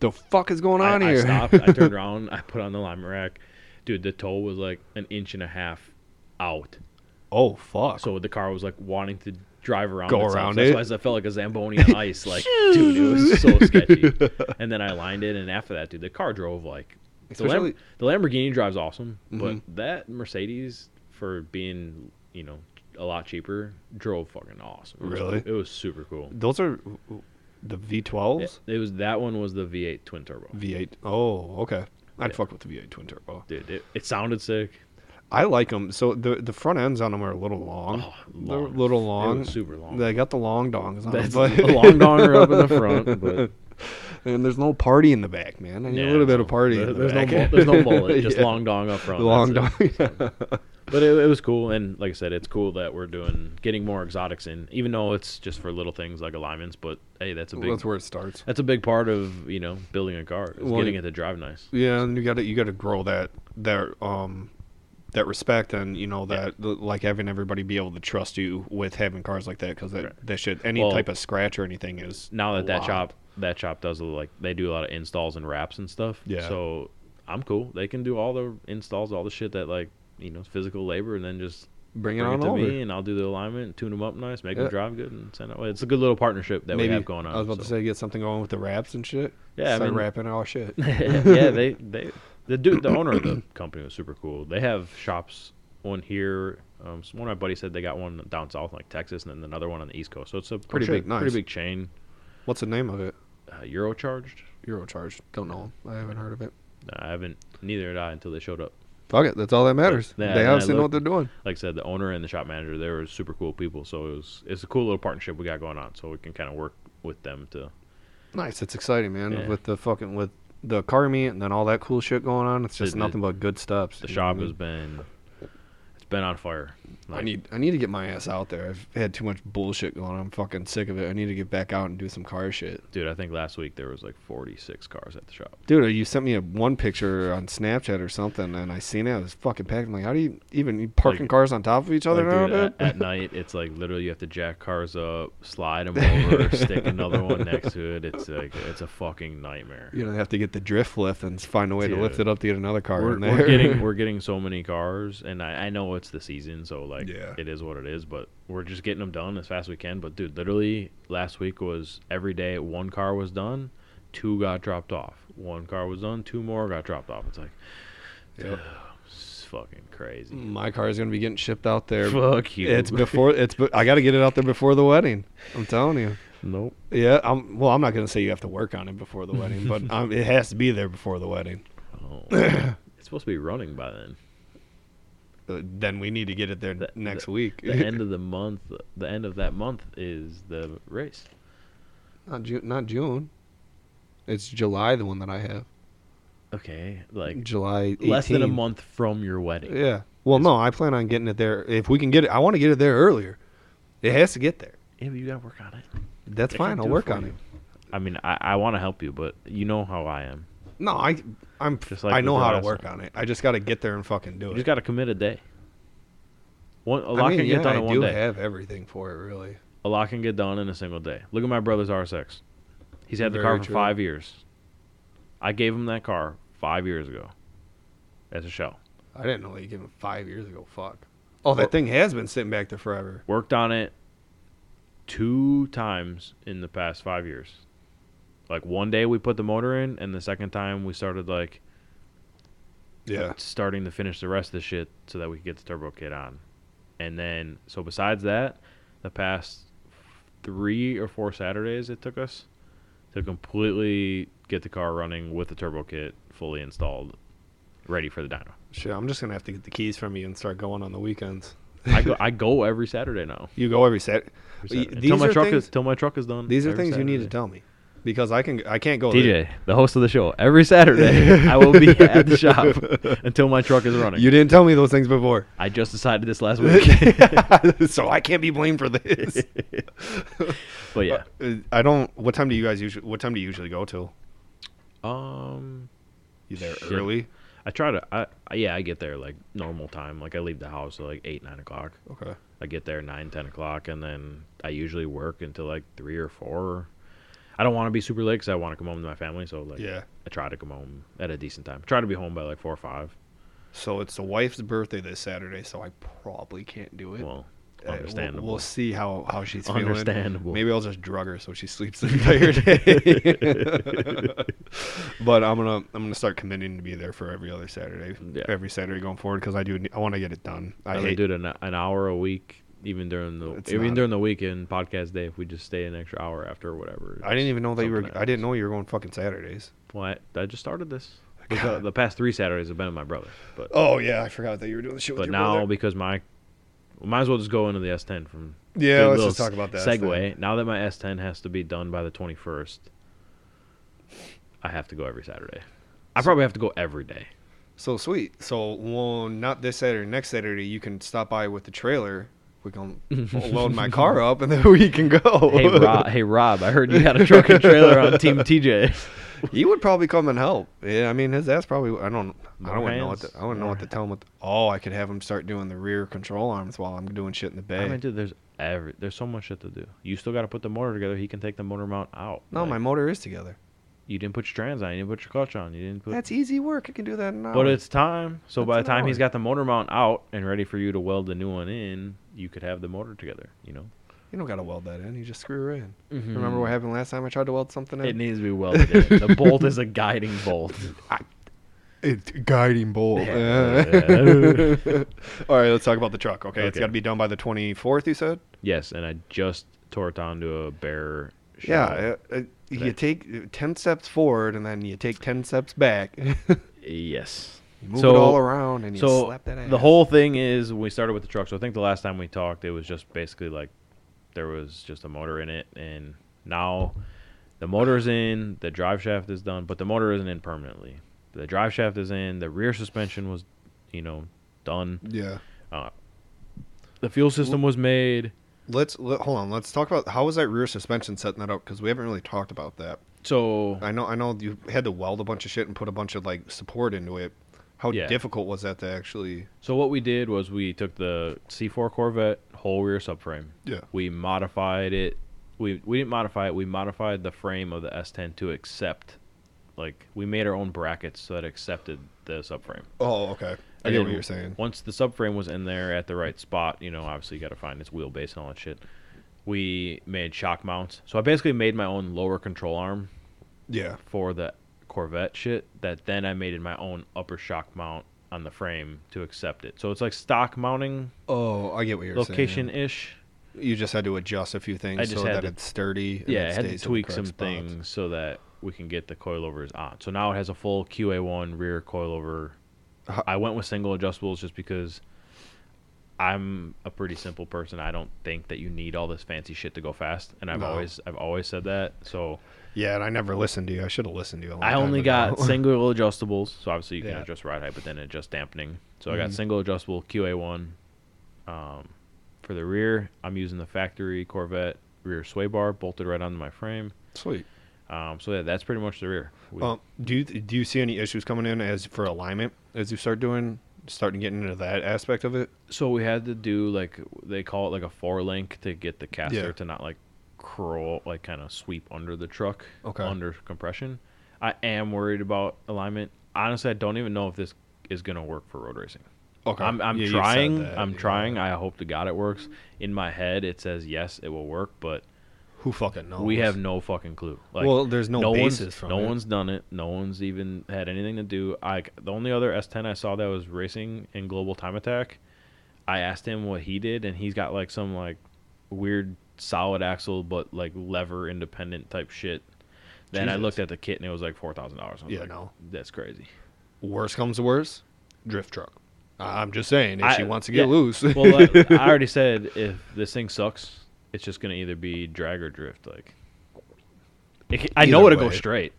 [SPEAKER 1] the fuck is going
[SPEAKER 2] I,
[SPEAKER 1] on
[SPEAKER 2] I
[SPEAKER 1] here?
[SPEAKER 2] stopped. I turned around. I put on the lime rack. Dude, the toe was like an inch and a half out.
[SPEAKER 1] [LAUGHS] oh fuck.
[SPEAKER 2] So the car was like wanting to drive around.
[SPEAKER 1] Go
[SPEAKER 2] itself.
[SPEAKER 1] around
[SPEAKER 2] That's
[SPEAKER 1] it.
[SPEAKER 2] why I felt like a Zamboni
[SPEAKER 1] [LAUGHS]
[SPEAKER 2] on ice. Like, dude, it was so sketchy. And then I lined it, and after that, dude, the car drove like. The, Lam-
[SPEAKER 1] Especially- Mm-hmm.
[SPEAKER 2] the Lamborghini drives awesome, but that Mercedes, for being you know a lot cheaper, drove fucking awesome. It was-
[SPEAKER 1] Really?
[SPEAKER 2] it was super cool.
[SPEAKER 1] Those are the V12s,
[SPEAKER 2] It, it was that one was the V8 twin turbo.
[SPEAKER 1] V8. Oh, okay. I'd
[SPEAKER 2] Yeah.
[SPEAKER 1] fuck with the V8 twin turbo.
[SPEAKER 2] Dude, it, it sounded sick.
[SPEAKER 1] I like them. So the the front ends on them are a little long.
[SPEAKER 2] Oh,
[SPEAKER 1] They're a
[SPEAKER 2] long.
[SPEAKER 1] little
[SPEAKER 2] They were
[SPEAKER 1] long.
[SPEAKER 2] super long.
[SPEAKER 1] They got the long dongs on. 'em, [LAUGHS]
[SPEAKER 2] That's
[SPEAKER 1] but-
[SPEAKER 2] a long donger up in the
[SPEAKER 1] [LAUGHS]
[SPEAKER 2] front, but
[SPEAKER 1] and there's no party in the back, man. I need
[SPEAKER 2] Yeah,
[SPEAKER 1] a little bit
[SPEAKER 2] no.
[SPEAKER 1] of party.
[SPEAKER 2] There-
[SPEAKER 1] in the
[SPEAKER 2] there's no
[SPEAKER 1] back. [LAUGHS]
[SPEAKER 2] bu- there's no bullet, just
[SPEAKER 1] Yeah.
[SPEAKER 2] long dong up front.
[SPEAKER 1] long dong.
[SPEAKER 2] that's it. [LAUGHS] But it, it was cool, and like I said, it's cool that we're doing getting more exotics in, even though it's just for little things like alignments. But hey, that's a big
[SPEAKER 1] That's where it starts.
[SPEAKER 2] that's a big part of you know building a car is
[SPEAKER 1] Well,
[SPEAKER 2] getting
[SPEAKER 1] you-
[SPEAKER 2] it to drive nice.
[SPEAKER 1] Yeah, and you got to you got to grow that that um that respect and you know that the- like having everybody be able to trust you with having cars like that because that
[SPEAKER 2] Right.
[SPEAKER 1] that shit any
[SPEAKER 2] Well-
[SPEAKER 1] type of scratch or anything is
[SPEAKER 2] Now that that
[SPEAKER 1] Wow.
[SPEAKER 2] shop that shop does a like they do a lot of installs and wraps and stuff.
[SPEAKER 1] Yeah.
[SPEAKER 2] So I'm cool. They can do all the installs, all the shit that like you know physical labor, and then just
[SPEAKER 1] bring it
[SPEAKER 2] bring
[SPEAKER 1] on
[SPEAKER 2] it to
[SPEAKER 1] over.
[SPEAKER 2] me, and I'll do the alignment, tune them up nice, make
[SPEAKER 1] Yeah.
[SPEAKER 2] them drive good, and send it. Well, it's a good little partnership that we have going on.
[SPEAKER 1] I was about to
[SPEAKER 2] so.
[SPEAKER 1] say get something going with the wraps and shit.
[SPEAKER 2] Yeah, I
[SPEAKER 1] start
[SPEAKER 2] mean-
[SPEAKER 1] wrapping all
[SPEAKER 2] [LAUGHS]
[SPEAKER 1] shit. [LAUGHS]
[SPEAKER 2] yeah, they they the dude, the owner of the company was super cool. They have shops one here. Um, so one of my buddies said they got one down south, in, like Texas, and then another one on the East Coast. So it's a pretty
[SPEAKER 1] Oh, shit,
[SPEAKER 2] big,
[SPEAKER 1] nice.
[SPEAKER 2] pretty big chain.
[SPEAKER 1] What's the name of it?
[SPEAKER 2] Uh, Eurocharged.
[SPEAKER 1] Eurocharge. Don't know. I haven't heard of it.
[SPEAKER 2] Nah, I haven't. Neither did I until they showed up.
[SPEAKER 1] Fuck it. That's all that matters.
[SPEAKER 2] then-
[SPEAKER 1] they
[SPEAKER 2] then I
[SPEAKER 1] obviously know what
[SPEAKER 2] looked-
[SPEAKER 1] they're doing.
[SPEAKER 2] Like I said, the owner and the shop manager, they were super cool people. So it was it's a cool little partnership we got going on. So we can kind of work with them to.
[SPEAKER 1] Nice. It's exciting, man.
[SPEAKER 2] Yeah.
[SPEAKER 1] With the fucking with the car meet and then all that cool shit going on. It's
[SPEAKER 2] The-
[SPEAKER 1] just
[SPEAKER 2] the-
[SPEAKER 1] nothing but good steps.
[SPEAKER 2] The
[SPEAKER 1] you know what I
[SPEAKER 2] shop
[SPEAKER 1] mean?
[SPEAKER 2] has been it's been on fire.
[SPEAKER 1] Mm-hmm. I need I need to get my ass out there. I've had too much bullshit going on. I'm fucking sick of it. I need to get back out and do some car shit.
[SPEAKER 2] Dude, I think last week there was like 46 cars at the shop.
[SPEAKER 1] Dude, you sent me a one picture on Snapchat or something, and I seen it. It was fucking packed. I'm like, how do you even you parking
[SPEAKER 2] Like-
[SPEAKER 1] cars on top of each other
[SPEAKER 2] Like,
[SPEAKER 1] now,
[SPEAKER 2] dude,
[SPEAKER 1] dude?
[SPEAKER 2] at, at night, it's like literally you have to jack cars up, slide them
[SPEAKER 1] [LAUGHS]
[SPEAKER 2] over, stick another one next to it. It's like it's a fucking nightmare.
[SPEAKER 1] You're gonna have to get the drift lift and find a way to lift
[SPEAKER 2] Dude.
[SPEAKER 1] it up to get another car
[SPEAKER 2] We're,
[SPEAKER 1] in [LAUGHS]
[SPEAKER 2] we're
[SPEAKER 1] there.
[SPEAKER 2] getting we're getting so many cars, and I, I know it's the season, so like
[SPEAKER 1] Yeah.
[SPEAKER 2] it is what it is. But we're just getting them done as fast as we can. But dude, literally last week was every day one car was done, two got dropped off. One car was done, two more got dropped off. It's like
[SPEAKER 1] Yep.
[SPEAKER 2] it's fucking crazy.
[SPEAKER 1] My car is gonna be getting shipped out there.
[SPEAKER 2] Fuck you.
[SPEAKER 1] Mm. It's
[SPEAKER 2] [LAUGHS]
[SPEAKER 1] before it's. be- I got to get it out there before the wedding. I'm telling you.
[SPEAKER 2] nope.
[SPEAKER 1] Yeah. I'm. Well, I'm not gonna say you have to work on it before the wedding,
[SPEAKER 2] [LAUGHS]
[SPEAKER 1] but um, it has to be there before the wedding. [COUGHS]
[SPEAKER 2] Oh. it's supposed to be running by
[SPEAKER 1] [LAUGHS]
[SPEAKER 2] then.
[SPEAKER 1] Uh, then we need to get it there
[SPEAKER 2] The-
[SPEAKER 1] next week.
[SPEAKER 2] The end of the month, the end of that month is the race.
[SPEAKER 1] [LAUGHS] not June. Not June. It's July. The one that I have.
[SPEAKER 2] Okay, like
[SPEAKER 1] July. 18th.
[SPEAKER 2] less than a month from your wedding.
[SPEAKER 1] Yeah. Well, no. I plan on getting it there. If we can get it, I want to get it there earlier. It has to get there.
[SPEAKER 2] Yeah, but you gotta work on it.
[SPEAKER 1] That's
[SPEAKER 2] I
[SPEAKER 1] fine.
[SPEAKER 2] can't
[SPEAKER 1] I'll
[SPEAKER 2] do it
[SPEAKER 1] work
[SPEAKER 2] for
[SPEAKER 1] on
[SPEAKER 2] you.
[SPEAKER 1] it.
[SPEAKER 2] I mean, I, I want to help you, but you know how I am.
[SPEAKER 1] No, I. I'm.
[SPEAKER 2] Just like
[SPEAKER 1] I
[SPEAKER 2] with
[SPEAKER 1] know
[SPEAKER 2] the
[SPEAKER 1] how to
[SPEAKER 2] last
[SPEAKER 1] work on it. I just got to get there and fucking do
[SPEAKER 2] You
[SPEAKER 1] it.
[SPEAKER 2] just gotta commit a day. One
[SPEAKER 1] I
[SPEAKER 2] a lot
[SPEAKER 1] mean,
[SPEAKER 2] can
[SPEAKER 1] yeah,
[SPEAKER 2] get done
[SPEAKER 1] I
[SPEAKER 2] in one
[SPEAKER 1] do
[SPEAKER 2] day.
[SPEAKER 1] have everything for it, really.
[SPEAKER 2] A lot can get done in a single day. Look at my brother's RSX. He's had the
[SPEAKER 1] Very
[SPEAKER 2] car for
[SPEAKER 1] true.
[SPEAKER 2] five years. I gave him that car five years ago as a shell.
[SPEAKER 1] I didn't know you gave him five years ago. Fuck. Oh, that thing has been sitting back there forever.
[SPEAKER 2] Worked on it two times in the past five years. Like one day we put the motor in, and the second time we started like
[SPEAKER 1] Yeah.
[SPEAKER 2] starting to finish the rest of the shit so that we could get the turbo kit on. And then, so besides that, the past three or four Saturdays it took us to completely get the car running with the turbo kit fully installed, ready for the dyno.
[SPEAKER 1] Shit, I'm just gonna have to get the keys from you and start going on the weekends.
[SPEAKER 2] I go, I go every
[SPEAKER 1] [LAUGHS]
[SPEAKER 2] Saturday now.
[SPEAKER 1] You go every set.
[SPEAKER 2] Every
[SPEAKER 1] Y-
[SPEAKER 2] Saturday.
[SPEAKER 1] these
[SPEAKER 2] Till my
[SPEAKER 1] are
[SPEAKER 2] truck
[SPEAKER 1] things-
[SPEAKER 2] is till my truck is done.
[SPEAKER 1] These are
[SPEAKER 2] every
[SPEAKER 1] things you need to
[SPEAKER 2] Saturday.
[SPEAKER 1] tell me because I can. I can't go. there.
[SPEAKER 2] DJ, the host of the show, every Saturday I will be
[SPEAKER 1] [LAUGHS]
[SPEAKER 2] at the shop until my truck is running.
[SPEAKER 1] You didn't tell me those things
[SPEAKER 2] [LAUGHS]
[SPEAKER 1] before, [LAUGHS]
[SPEAKER 2] I just decided this last week. [LAUGHS]
[SPEAKER 1] so I can't be blamed for this.
[SPEAKER 2] but [LAUGHS] yeah.
[SPEAKER 1] Uh, I don't. What time do you guys usually? What time do you usually go till?
[SPEAKER 2] Um
[SPEAKER 1] You there
[SPEAKER 2] Shit.
[SPEAKER 1] early?
[SPEAKER 2] I try to. I I- yeah, I get there like normal time. Like I leave the house at like eight nine o'clock.
[SPEAKER 1] Okay.
[SPEAKER 2] I get there nine ten o'clock, and then I usually work until like three or four. I don't want to be super late because I want to come home to my family. So like,
[SPEAKER 1] Yeah.
[SPEAKER 2] I try to come home at a decent time. Try to be home by like four or five.
[SPEAKER 1] So it's the wife's birthday this Saturday, so I probably can't do it.
[SPEAKER 2] Well,
[SPEAKER 1] Uh, we'll-
[SPEAKER 2] understandable.
[SPEAKER 1] We'll, see how, how she's feeling.
[SPEAKER 2] Understandable.
[SPEAKER 1] Maybe I'll just drug her so she sleeps [LAUGHS] the entire day. [LAUGHS] but I'm gonna I'm gonna start committing to be there for every other Saturday,
[SPEAKER 2] Yeah.
[SPEAKER 1] every Saturday going forward because I do ne- I want to get it done. I
[SPEAKER 2] I only
[SPEAKER 1] hate
[SPEAKER 2] do it an, an hour a week, even during the
[SPEAKER 1] It's
[SPEAKER 2] even
[SPEAKER 1] not-
[SPEAKER 2] during the weekend podcast day. If we just stay an extra hour after or whatever.
[SPEAKER 1] I didn't even know that you were.
[SPEAKER 2] something
[SPEAKER 1] I didn't know you were going fucking Saturdays.
[SPEAKER 2] Well, I, I just started this. Because
[SPEAKER 1] [LAUGHS] God.
[SPEAKER 2] The past three Saturdays have been with my brother, but
[SPEAKER 1] Oh yeah, I forgot that you were doing the shit.
[SPEAKER 2] but
[SPEAKER 1] with your
[SPEAKER 2] now
[SPEAKER 1] brother.
[SPEAKER 2] because my we might as well just go into the S10 from
[SPEAKER 1] yeah,
[SPEAKER 2] good
[SPEAKER 1] let's
[SPEAKER 2] little
[SPEAKER 1] just talk about that.
[SPEAKER 2] segue. Now that my S10 has to be done by the 21st, I have to go every Saturday. I probably have to go every
[SPEAKER 1] [LAUGHS]
[SPEAKER 2] day.
[SPEAKER 1] So sweet. So well, not this Saturday, next Saturday you can stop by with the trailer. We
[SPEAKER 2] [LAUGHS]
[SPEAKER 1] can load my car up and then we can go.
[SPEAKER 2] Hey Rob, hey Rob, I heard
[SPEAKER 1] [LAUGHS]
[SPEAKER 2] you had a truck and trailer on Team TJ.
[SPEAKER 1] He would probably come and help. Yeah, I mean his ass probably. I don't. I don't
[SPEAKER 2] More
[SPEAKER 1] know what. To,
[SPEAKER 2] hands,
[SPEAKER 1] I wouldn't know
[SPEAKER 2] more
[SPEAKER 1] what to tell him. With, oh, I could have him start doing the rear control arms while I'm doing shit in the bay.
[SPEAKER 2] I mean, dude, there's every there's so much shit to do. You still got to put the motor together. He can take the motor mount out.
[SPEAKER 1] no,
[SPEAKER 2] Like,
[SPEAKER 1] my motor is together.
[SPEAKER 2] you didn't put your trans on. You didn't put your clutch on. You didn't put.
[SPEAKER 1] That's easy work. I can do that now.
[SPEAKER 2] But it's time. So
[SPEAKER 1] That's
[SPEAKER 2] by
[SPEAKER 1] an
[SPEAKER 2] the time he's
[SPEAKER 1] hour.
[SPEAKER 2] got the motor mount out and ready for you to weld the new one in, you could have the motor together. You know.
[SPEAKER 1] you don't gotta weld that in. You just screw her in. Remember what happened last time I tried to weld something in?
[SPEAKER 2] Mm-hmm. It needs to be welded in. The bolt is a guiding [LAUGHS] bolt.
[SPEAKER 1] It's guiding bolt. [LAUGHS] All right, let's talk about the truck. Okay, it's
[SPEAKER 2] Okay.
[SPEAKER 1] got to be done by the 24th. You said.
[SPEAKER 2] [LAUGHS] yes, and I just tore it down to a bare shell.
[SPEAKER 1] Yeah. uh, uh, you
[SPEAKER 2] Today.
[SPEAKER 1] take ten steps forward and then you take ten steps back. [LAUGHS] you
[SPEAKER 2] Yes.
[SPEAKER 1] move
[SPEAKER 2] So-
[SPEAKER 1] it all around and you
[SPEAKER 2] so
[SPEAKER 1] slap that ass.
[SPEAKER 2] the whole thing is we started with the truck. So I think the last time we talked, it was just basically like there was just a motor in it, and now the motor's in, the drive shaft is done, but the motor isn't in permanently. The drive shaft is in, the rear suspension was, you know, done.
[SPEAKER 1] Yeah.
[SPEAKER 2] The fuel system was made.
[SPEAKER 1] Let's let, hold on. Let's talk about how was that rear suspension setting that up because we haven't really talked about that.
[SPEAKER 2] So
[SPEAKER 1] I know, I know you had to weld a bunch of shit and put a bunch of like support into it. How
[SPEAKER 2] Yeah.
[SPEAKER 1] difficult was that to actually?
[SPEAKER 2] So what we did was we took the C4 Corvette whole rear subframe.
[SPEAKER 1] Yeah.
[SPEAKER 2] We modified it. We we didn't modify it. We modified the frame of the S10 to accept, like we made our own brackets so that it accepted the subframe.
[SPEAKER 1] Oh, okay. I
[SPEAKER 2] And
[SPEAKER 1] get
[SPEAKER 2] then
[SPEAKER 1] what you're saying.
[SPEAKER 2] Once the subframe was in there at the right spot, you know, obviously you got to find its wheelbase and all that shit. We made shock mounts. So I basically made my own lower control arm
[SPEAKER 1] Yeah.
[SPEAKER 2] for the Corvette shit that then I made in my own upper shock mount on the frame to accept it. So it's like stock mounting
[SPEAKER 1] Oh, I get what you're
[SPEAKER 2] location
[SPEAKER 1] saying.
[SPEAKER 2] ish.
[SPEAKER 1] You just had to adjust a few things
[SPEAKER 2] I just
[SPEAKER 1] so
[SPEAKER 2] had
[SPEAKER 1] that
[SPEAKER 2] to-
[SPEAKER 1] it's sturdy. and it
[SPEAKER 2] Yeah, I had to
[SPEAKER 1] stays in the
[SPEAKER 2] tweak
[SPEAKER 1] correct
[SPEAKER 2] some
[SPEAKER 1] spots.
[SPEAKER 2] things so that we can get the coilovers on. So now it has a full QA1 rear coilover.
[SPEAKER 1] Ho-
[SPEAKER 2] I went with single adjustables just because I'm a pretty simple person. I don't think that you need all this fancy shit to go fast, and I've
[SPEAKER 1] No.
[SPEAKER 2] always I've always said that. So
[SPEAKER 1] Yeah, and I never listened to you. I should have listened to you. A long
[SPEAKER 2] I
[SPEAKER 1] time
[SPEAKER 2] only
[SPEAKER 1] ago.
[SPEAKER 2] got
[SPEAKER 1] [LAUGHS]
[SPEAKER 2] single adjustables, so obviously you can
[SPEAKER 1] Yeah.
[SPEAKER 2] adjust ride height, but then adjust dampening. So I got
[SPEAKER 1] Mhm.
[SPEAKER 2] single adjustable QA1 um, for the rear. I'm using the factory Corvette rear sway bar bolted right onto my frame.
[SPEAKER 1] sweet.
[SPEAKER 2] Um, so yeah, that's pretty much the rear. We-
[SPEAKER 1] Um, do you do you see any issues coming in as for alignment as you start doing starting getting into that aspect of it?
[SPEAKER 2] so we had to do like they call it like a four link to get the caster
[SPEAKER 1] Yeah.
[SPEAKER 2] to not like curl like kind of sweep under the truck
[SPEAKER 1] Okay.
[SPEAKER 2] under compression. I am worried about alignment. Honestly, I don't even know if this is gonna work for road racing.
[SPEAKER 1] Okay,
[SPEAKER 2] I'm, I'm
[SPEAKER 1] Yeah, you said
[SPEAKER 2] trying.
[SPEAKER 1] that,
[SPEAKER 2] I'm
[SPEAKER 1] yeah.
[SPEAKER 2] trying. I hope to God it works. In my head, it says yes, it will work, but
[SPEAKER 1] Who fucking knows?
[SPEAKER 2] we have no fucking clue. Like,
[SPEAKER 1] well, there's no, basis
[SPEAKER 2] one's,
[SPEAKER 1] from
[SPEAKER 2] no
[SPEAKER 1] it.
[SPEAKER 2] one's done it. No one's even had anything to do. I the only other S10 I saw that was racing in Global Time Attack. I asked him what he did, and he's got like some like weird solid axle, but like lever independent type shit. Then I
[SPEAKER 1] Jesus.
[SPEAKER 2] looked at the kit and it was like four thousand dollars.
[SPEAKER 1] Yeah, no.
[SPEAKER 2] that's crazy.
[SPEAKER 1] Worse comes to worse, drift truck. I'm just saying, if
[SPEAKER 2] I-
[SPEAKER 1] she wants to get
[SPEAKER 2] yeah.
[SPEAKER 1] loose, [LAUGHS]
[SPEAKER 2] [LAUGHS] well, uh, I, I already said if this thing sucks, it's just gonna either be drag or drift. Like, it, ca- I know
[SPEAKER 1] Either
[SPEAKER 2] it'll go
[SPEAKER 1] way.
[SPEAKER 2] straight.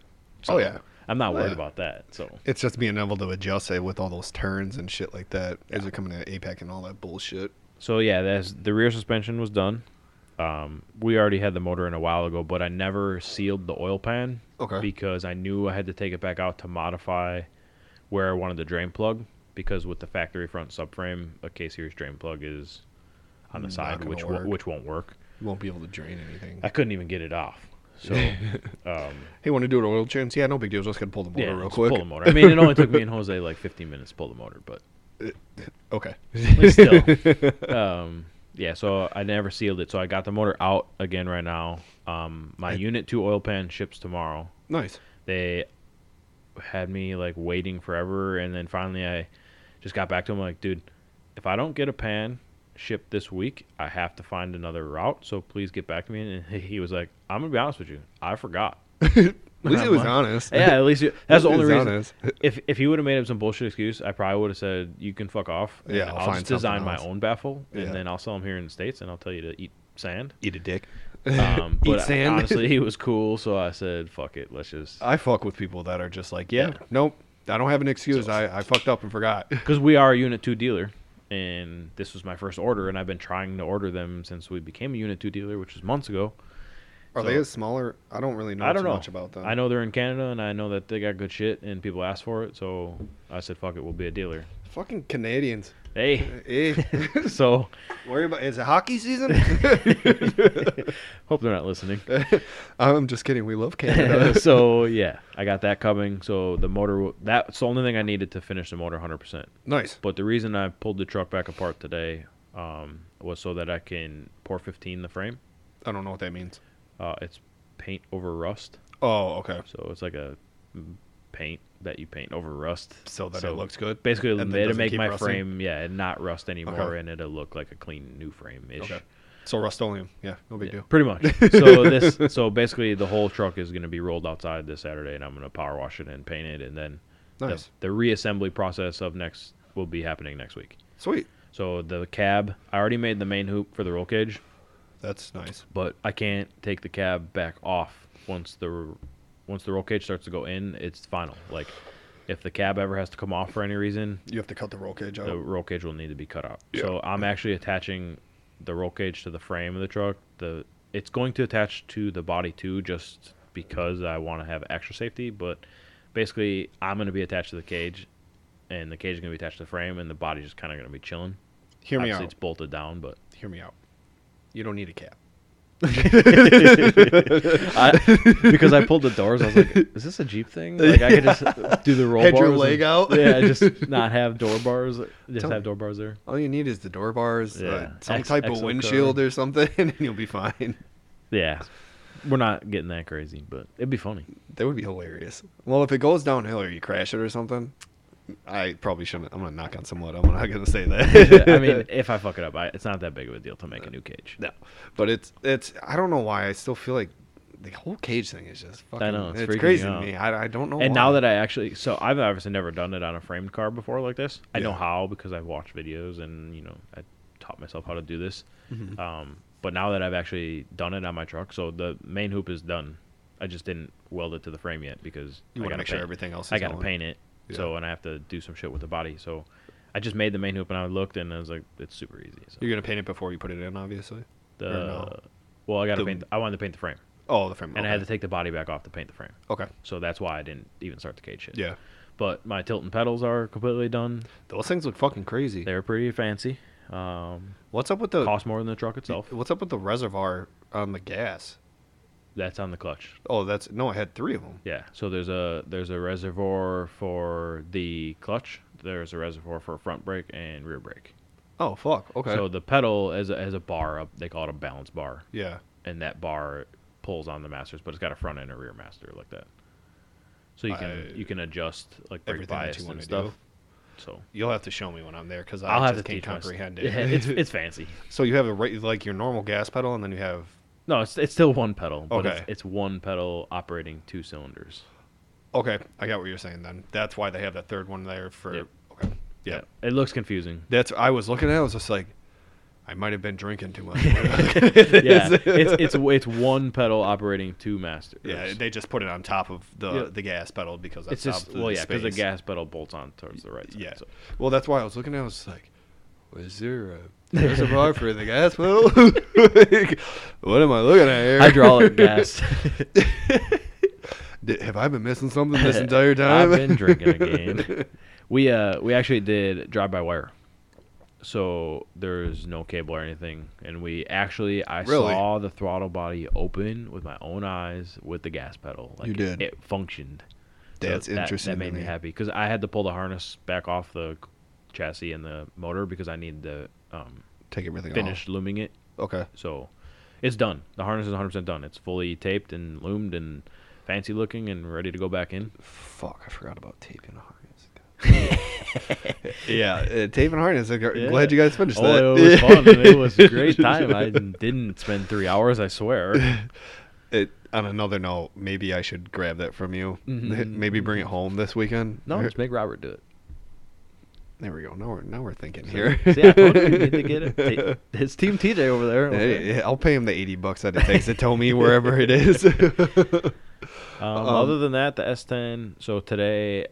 [SPEAKER 1] Oh, yeah.
[SPEAKER 2] I'm not worried
[SPEAKER 1] yeah.
[SPEAKER 2] about that. So
[SPEAKER 1] it's just being able to adjust it with all those turns and shit like that as it coming to APEC and all that bullshit.
[SPEAKER 2] So yeah, that's the rear suspension was done. Um, we already had the motor in a while ago, but I never sealed the oil pan
[SPEAKER 1] Okay.
[SPEAKER 2] because I knew I had to take it back out to modify where I wanted the drain plug because with the factory front subframe, a K series drain plug is on the
[SPEAKER 1] Not
[SPEAKER 2] side,
[SPEAKER 1] gonna
[SPEAKER 2] which wo-
[SPEAKER 1] work.
[SPEAKER 2] which won't work.
[SPEAKER 1] You won't be able to drain anything.
[SPEAKER 2] I couldn't even get it off. So um,
[SPEAKER 1] Hey, want to do an oil change? Yeah, no big deal. Just gonna pull the motor
[SPEAKER 2] yeah,
[SPEAKER 1] real
[SPEAKER 2] just
[SPEAKER 1] quick.
[SPEAKER 2] pull the motor. I mean, it only took me and Jose like 15 minutes to pull the motor, but
[SPEAKER 1] Okay.
[SPEAKER 2] but
[SPEAKER 1] [LAUGHS]
[SPEAKER 2] still. um, yeah, so I never sealed it. So I got the motor out again right now. Um, my
[SPEAKER 1] It-
[SPEAKER 2] unit two oil pan ships tomorrow. [LAUGHS]
[SPEAKER 1] nice.
[SPEAKER 2] They had me like waiting forever, and then finally I just got back to them like, dude, if I don't get a pan shipped this week, I have to find another route. So please get back to me. And [LAUGHS] he was like, I'm gonna be honest with you, I forgot.
[SPEAKER 1] At least it was
[SPEAKER 2] Mine.
[SPEAKER 1] honest. [LAUGHS]
[SPEAKER 2] [LAUGHS] Yeah, at least you, that's the
[SPEAKER 1] It
[SPEAKER 2] only
[SPEAKER 1] is
[SPEAKER 2] reason.
[SPEAKER 1] honest. [LAUGHS]
[SPEAKER 2] If if he would have made up some bullshit excuse, I probably would have said, "You can fuck off." and
[SPEAKER 1] Yeah, I'll
[SPEAKER 2] I'll,
[SPEAKER 1] find
[SPEAKER 2] just design
[SPEAKER 1] something
[SPEAKER 2] my
[SPEAKER 1] else."
[SPEAKER 2] own baffle, and
[SPEAKER 1] Yeah.
[SPEAKER 2] then I'll sell them here in the states, and I'll tell you to eat
[SPEAKER 1] [LAUGHS]
[SPEAKER 2] sand.
[SPEAKER 1] Eat a dick. [LAUGHS]
[SPEAKER 2] Um,
[SPEAKER 1] Eat
[SPEAKER 2] but
[SPEAKER 1] sand. Uh,
[SPEAKER 2] honestly, he was cool, so I said, "Fuck it, let's just."
[SPEAKER 1] I fuck with people that are just like, yeah,
[SPEAKER 2] Yeah.
[SPEAKER 1] nope, I don't have an excuse. I, I fucked up and forgot.
[SPEAKER 2] Because we are a Unit Two dealer, and this was my first order, and I've been trying to order them since we became a Unit Two dealer, which was months ago.
[SPEAKER 1] Are
[SPEAKER 2] So-
[SPEAKER 1] they a smaller? I don't really know
[SPEAKER 2] I don't
[SPEAKER 1] too
[SPEAKER 2] know
[SPEAKER 1] much about them.
[SPEAKER 2] I know they're in Canada, and I know that they got good shit, and people ask for it, so I said, "Fuck it, we'll be a dealer."
[SPEAKER 1] Fucking Canadians. [LAUGHS]
[SPEAKER 2] Hey, [LAUGHS]
[SPEAKER 1] Eh.
[SPEAKER 2] so
[SPEAKER 1] Worry about is it hockey
[SPEAKER 2] [LAUGHS]
[SPEAKER 1] season? [LAUGHS]
[SPEAKER 2] hope they're not listening. [LAUGHS]
[SPEAKER 1] I'm just kidding. We love Canada.
[SPEAKER 2] so yeah, I got that coming. So the motor w- that's the only thing I needed to finish the motor 100%.
[SPEAKER 1] nice.
[SPEAKER 2] But the reason I pulled the truck back apart today um, was so that I can pour 15 the frame.
[SPEAKER 1] I don't know what that means.
[SPEAKER 2] Uh, it's paint over rust,
[SPEAKER 1] Oh, okay.
[SPEAKER 2] so it's like a mm, paint that you paint over rust.
[SPEAKER 1] So that it looks good.
[SPEAKER 2] Basically,
[SPEAKER 1] And
[SPEAKER 2] it'll,
[SPEAKER 1] that
[SPEAKER 2] it'll
[SPEAKER 1] doesn't
[SPEAKER 2] make
[SPEAKER 1] keep
[SPEAKER 2] my
[SPEAKER 1] rusting?
[SPEAKER 2] frame yeah and not rust anymore,
[SPEAKER 1] Okay.
[SPEAKER 2] and it'll look like a clean new frame ish.
[SPEAKER 1] Okay. So Rust-Oleum. Yeah, no big
[SPEAKER 2] Yeah,
[SPEAKER 1] deal.
[SPEAKER 2] Pretty much. So this, so basically, the whole truck is going to be rolled outside this Saturday, and I'm going to power wash it and paint it, and then the-
[SPEAKER 1] Nice.
[SPEAKER 2] the, reassembly process of next will be happening next week.
[SPEAKER 1] Sweet.
[SPEAKER 2] So the cab, I already made the main hoop for the roll cage,
[SPEAKER 1] That's nice.
[SPEAKER 2] but I can't take the cab back off once the once the roll cage starts to go in. It's final. Like if the cab ever has to come off for any reason,
[SPEAKER 1] You have to cut the roll cage out.
[SPEAKER 2] the roll cage will need to be cut out.
[SPEAKER 1] Yeah.
[SPEAKER 2] So I'm actually attaching the roll cage to the frame of the truck. The it's going to attach to the body too, just because I want to have extra safety. But basically, I'm going to be attached to the cage, and the cage is going to be attached to the frame, and the body's just kind of going to be chilling.
[SPEAKER 1] Hear me
[SPEAKER 2] Obviously,
[SPEAKER 1] out.
[SPEAKER 2] It's bolted down, but
[SPEAKER 1] Hear me out. You don't need a cap. [LAUGHS]
[SPEAKER 2] I, because I pulled the doors, I was like, "Is this a Jeep thing? Like I
[SPEAKER 1] [LAUGHS]
[SPEAKER 2] could just do the roll
[SPEAKER 1] Had your
[SPEAKER 2] bars and-
[SPEAKER 1] leg out?
[SPEAKER 2] [LAUGHS]
[SPEAKER 1] [LAUGHS]
[SPEAKER 2] yeah, just not have door bars, just
[SPEAKER 1] Tell
[SPEAKER 2] have
[SPEAKER 1] me.
[SPEAKER 2] door bars there.
[SPEAKER 1] All you need is the door bars, uh,
[SPEAKER 2] Yeah.
[SPEAKER 1] some
[SPEAKER 2] Ex-
[SPEAKER 1] type of
[SPEAKER 2] exo
[SPEAKER 1] windshield
[SPEAKER 2] cover.
[SPEAKER 1] or something, [LAUGHS] and you'll be fine.
[SPEAKER 2] Yeah, we're not getting that crazy, but it'd be funny.
[SPEAKER 1] That would be hilarious. Well, if it goes downhill or you crash it or something, I probably shouldn't. I'm gonna knock on some wood. I'm not gonna say that.
[SPEAKER 2] [LAUGHS] I mean, if I fuck it up, I, it's not that big of a deal to make a new cage.
[SPEAKER 1] [LAUGHS] no, but it's it's. I don't know why. I still feel like the whole cage thing is just fucking.
[SPEAKER 2] know, it's
[SPEAKER 1] it's
[SPEAKER 2] freaking
[SPEAKER 1] crazy
[SPEAKER 2] you
[SPEAKER 1] to
[SPEAKER 2] out.
[SPEAKER 1] me. I, I don't know.
[SPEAKER 2] And now that I actually, so I've obviously never done it on a framed car before like this. I know
[SPEAKER 1] Yeah.
[SPEAKER 2] how because I've watched videos and you know I taught myself how to do this.
[SPEAKER 1] Mm-hmm.
[SPEAKER 2] Um, but now that I've actually done it on my truck, so the main hoop is done. I just didn't weld it to the frame yet because
[SPEAKER 1] you
[SPEAKER 2] I
[SPEAKER 1] want to
[SPEAKER 2] gotta
[SPEAKER 1] make sure
[SPEAKER 2] paint-
[SPEAKER 1] everything else. Is
[SPEAKER 2] I gotta
[SPEAKER 1] going.
[SPEAKER 2] paint it. So and I have to do some shit with the body. So I just made the main hoop and I looked and I was like, it's super easy. So
[SPEAKER 1] You're gonna paint it before you put it in, obviously.
[SPEAKER 2] the
[SPEAKER 1] or no.
[SPEAKER 2] well, I gotta
[SPEAKER 1] The-
[SPEAKER 2] paint. I wanted to paint the frame,
[SPEAKER 1] Oh, the frame.
[SPEAKER 2] and
[SPEAKER 1] okay.
[SPEAKER 2] I had to take the body back off to paint the frame.
[SPEAKER 1] okay.
[SPEAKER 2] So that's why I didn't even start the cage shit.
[SPEAKER 1] Yeah,
[SPEAKER 2] But my tilt and pedals are completely done.
[SPEAKER 1] those things look fucking crazy.
[SPEAKER 2] They're pretty fancy. Um,
[SPEAKER 1] What's up with the?
[SPEAKER 2] cost more than the truck itself.
[SPEAKER 1] What's up with the reservoir on the gas?
[SPEAKER 2] That's on the clutch.
[SPEAKER 1] Oh, that's no. I had three of them.
[SPEAKER 2] Yeah. So there's a there's a reservoir for the clutch. There's a reservoir for front brake and rear brake.
[SPEAKER 1] Oh fuck. Okay.
[SPEAKER 2] So the pedal has a, has a bar up. They call it a balance bar,
[SPEAKER 1] yeah.
[SPEAKER 2] and that bar pulls on the masters, but it's got a front and a rear master like that. So you can
[SPEAKER 1] I-
[SPEAKER 2] you can adjust like brake
[SPEAKER 1] everything that
[SPEAKER 2] bias
[SPEAKER 1] you
[SPEAKER 2] and
[SPEAKER 1] wanna
[SPEAKER 2] stuff.
[SPEAKER 1] do.
[SPEAKER 2] So
[SPEAKER 1] You'll have to show me when I'm there because I
[SPEAKER 2] I'll have
[SPEAKER 1] just
[SPEAKER 2] to
[SPEAKER 1] can't
[SPEAKER 2] teach myself. [LAUGHS]
[SPEAKER 1] comprehend
[SPEAKER 2] Yeah,
[SPEAKER 1] it.
[SPEAKER 2] it's it's fancy.
[SPEAKER 1] [LAUGHS] so you have a right like your normal gas pedal, and then you have
[SPEAKER 2] No, it's it's still one pedal, but it's,
[SPEAKER 1] Okay.
[SPEAKER 2] it's one pedal operating two cylinders.
[SPEAKER 1] okay. I got what you're saying. Then that's why they have that third one there for.
[SPEAKER 2] Yep.
[SPEAKER 1] Okay. Yeah.
[SPEAKER 2] It
[SPEAKER 1] [LAUGHS]
[SPEAKER 2] looks confusing.
[SPEAKER 1] That's I was looking at. it, I was just like, I might have been drinking too much. [LAUGHS]
[SPEAKER 2] [LAUGHS] yeah, it's it's it's one pedal operating two masters.
[SPEAKER 1] yeah. They just put it on top of the
[SPEAKER 2] Yeah.
[SPEAKER 1] the gas pedal because that's
[SPEAKER 2] it's just
[SPEAKER 1] top of
[SPEAKER 2] well, yeah, because the
[SPEAKER 1] space.
[SPEAKER 2] gas pedal bolts on towards the right side.
[SPEAKER 1] Yeah.
[SPEAKER 2] so.
[SPEAKER 1] Well, that's why I was looking at. it, I was like, was
[SPEAKER 2] [LAUGHS]
[SPEAKER 1] there a reservoir for the gas pedal? [LAUGHS] what am I looking at here?
[SPEAKER 2] hydraulic
[SPEAKER 1] [LAUGHS]
[SPEAKER 2] gas.
[SPEAKER 1] Did, have I been missing something
[SPEAKER 2] [LAUGHS]
[SPEAKER 1] this entire time?
[SPEAKER 2] I've
[SPEAKER 1] [LAUGHS]
[SPEAKER 2] been drinking again. we uh we actually did drive by wire, so there's no cable or anything, and we actually I
[SPEAKER 1] Really?
[SPEAKER 2] saw the throttle body open with my own eyes with the gas pedal. Like
[SPEAKER 1] You did.
[SPEAKER 2] It functioned. So
[SPEAKER 1] That's
[SPEAKER 2] that-
[SPEAKER 1] interesting.
[SPEAKER 2] That
[SPEAKER 1] to
[SPEAKER 2] made me happy because I had to pull the harness back off the chassis and the motor because I needed to um,
[SPEAKER 1] Take everything
[SPEAKER 2] finish looming it.
[SPEAKER 1] off. Okay.
[SPEAKER 2] So it's done. The harness is 100% done. It's fully taped and loomed and fancy looking and ready to go back in.
[SPEAKER 1] Fuck, I forgot about taping a harness.
[SPEAKER 2] [LAUGHS]
[SPEAKER 1] yeah, uh, taping a harness. I'm
[SPEAKER 2] Yeah.
[SPEAKER 1] Glad you guys finished
[SPEAKER 2] Oh,
[SPEAKER 1] that.
[SPEAKER 2] it was fun. it was a great time. I didn't spend three hours, I swear.
[SPEAKER 1] [LAUGHS] It- on another note, maybe I should grab that from you.
[SPEAKER 2] Mhm.
[SPEAKER 1] Maybe bring it home this weekend.
[SPEAKER 2] No,
[SPEAKER 1] Or-
[SPEAKER 2] just make Robert do it.
[SPEAKER 1] There we go. Now we're now we're thinking here.
[SPEAKER 2] See,
[SPEAKER 1] [LAUGHS]
[SPEAKER 2] I told you we need to get it. Ta- His team TJ over there.
[SPEAKER 1] Hey, I'll pay him the eighty bucks that it takes to tow me wherever it
[SPEAKER 2] [LAUGHS]
[SPEAKER 1] is. [LAUGHS]
[SPEAKER 2] Um, other than that, the S10. So today,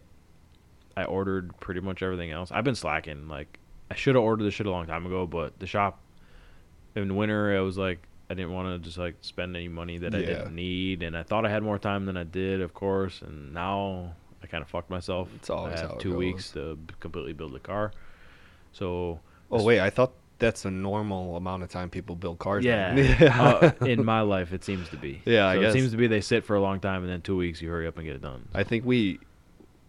[SPEAKER 2] I ordered pretty much everything else. I've been slacking. Like I should have ordered this shit a long time ago, but the shop in winter, I was like, I didn't want to just like spend any money that I
[SPEAKER 1] Yeah.
[SPEAKER 2] didn't need, and I thought I had more time than I did, of course. And now I kind of fucked myself.
[SPEAKER 1] It's always
[SPEAKER 2] I have
[SPEAKER 1] how it
[SPEAKER 2] two weeks to b- completely build the car. So
[SPEAKER 1] oh wait, I thought that's the normal amount of time people build cars.
[SPEAKER 2] yeah,
[SPEAKER 1] in. [LAUGHS]
[SPEAKER 2] uh, in my life, it seems to be.
[SPEAKER 1] Yeah, I
[SPEAKER 2] so
[SPEAKER 1] guess.
[SPEAKER 2] it seems to be they sit for a long time, and then two weeks, you hurry up and get it done.
[SPEAKER 1] I think we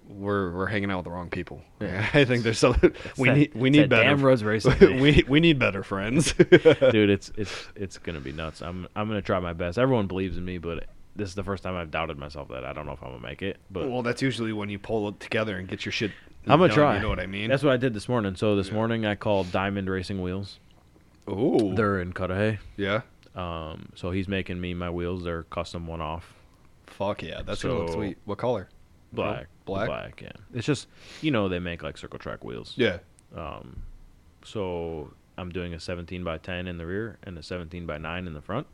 [SPEAKER 1] we're we're hanging out with the wrong people.
[SPEAKER 2] Yeah.
[SPEAKER 1] [LAUGHS] I think there's some we
[SPEAKER 2] that-
[SPEAKER 1] need we
[SPEAKER 2] it's
[SPEAKER 1] need
[SPEAKER 2] that damn
[SPEAKER 1] better
[SPEAKER 2] roads racing. thing.
[SPEAKER 1] [LAUGHS] we we need better
[SPEAKER 2] [LAUGHS]
[SPEAKER 1] friends.
[SPEAKER 2] dude it's it's it's gonna be nuts i'm i'm gonna try my best everyone believes in me but this is the first time i've doubted myself that i don't know if i'm gonna make it but
[SPEAKER 1] well, that's usually when you pull it together and get your shit.
[SPEAKER 2] i'm gonna
[SPEAKER 1] done,
[SPEAKER 2] try
[SPEAKER 1] You know what I mean?
[SPEAKER 2] that's what i did this morning so this morning i called diamond racing wheels
[SPEAKER 1] Ooh.
[SPEAKER 2] they're in cudahy
[SPEAKER 1] yeah.
[SPEAKER 2] um so he's making me my wheels they're custom one off
[SPEAKER 1] Oh, Fuck yeah, that's gonna look
[SPEAKER 2] So-
[SPEAKER 1] sweet. What color?
[SPEAKER 2] black
[SPEAKER 1] Black?
[SPEAKER 2] black yeah it's just you know they make like circle track wheels Um,
[SPEAKER 1] Yeah.
[SPEAKER 2] so i'm doing a 17 by 10 in the rear and a 17 by 9 in the front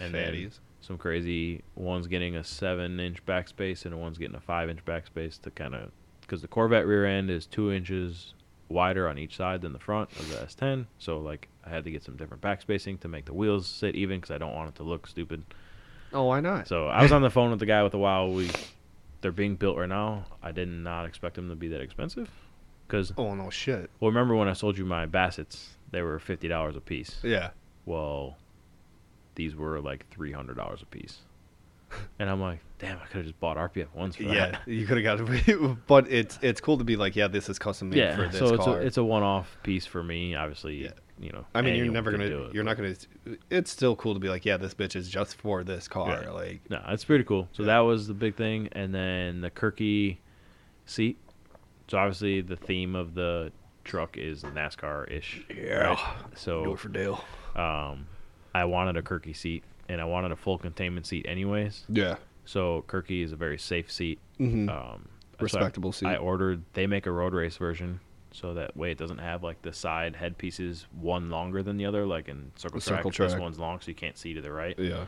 [SPEAKER 2] and then
[SPEAKER 1] Fatties.
[SPEAKER 2] some crazy one's getting a seven inch backspace and one's getting a five inch backspace to kind of because the Corvette rear end is two inches wider on each side than the front of the S10. So like I had to get some different backspacing to make the wheels sit even because I don't want it to look stupid.
[SPEAKER 1] Oh, why not?
[SPEAKER 2] So I was on the phone with the guy with the wow. We they're being built right now. I did not expect them to be that expensive because
[SPEAKER 1] Oh no shit.
[SPEAKER 2] well remember when I sold you my Bassets? They were fifty dollars a piece.
[SPEAKER 1] Yeah.
[SPEAKER 2] Well, these were like three hundred dollars a piece, and I'm like, damn, I could have just bought RPF ones for that.
[SPEAKER 1] Yeah, you could have got it, [LAUGHS] but it's it's cool to be like, [LAUGHS] yeah, this is custom made
[SPEAKER 2] yeah,
[SPEAKER 1] for this
[SPEAKER 2] so it's a,
[SPEAKER 1] car.
[SPEAKER 2] it's a one-off piece for me. Obviously,
[SPEAKER 1] Yeah.
[SPEAKER 2] you know.
[SPEAKER 1] I mean, you're
[SPEAKER 2] anyone
[SPEAKER 1] never
[SPEAKER 2] could
[SPEAKER 1] gonna,
[SPEAKER 2] do it,
[SPEAKER 1] you're not
[SPEAKER 2] but-
[SPEAKER 1] gonna. It's still cool to be like, yeah, this bitch is just for this car.
[SPEAKER 2] Yeah.
[SPEAKER 1] Like,
[SPEAKER 2] No, it's pretty cool. So
[SPEAKER 1] Yeah.
[SPEAKER 2] that was the big thing, and then the Kirky seat. So obviously, the theme of the truck is NASCAR ish.
[SPEAKER 1] Yeah. do
[SPEAKER 2] So
[SPEAKER 1] it for Dale.
[SPEAKER 2] um, I wanted a Kirky seat, and I wanted a full containment seat, anyways.
[SPEAKER 1] Yeah.
[SPEAKER 2] So Kirky is a very safe seat.
[SPEAKER 1] Mm-hmm.
[SPEAKER 2] Um, so I-
[SPEAKER 1] Respectable seat.
[SPEAKER 2] I ordered. They make a road race version, so that way it doesn't have like the side headpieces one longer than the other, like in circle
[SPEAKER 1] The
[SPEAKER 2] track.
[SPEAKER 1] circle
[SPEAKER 2] This
[SPEAKER 1] track.
[SPEAKER 2] one's long, so you can't see to the right.
[SPEAKER 1] yeah.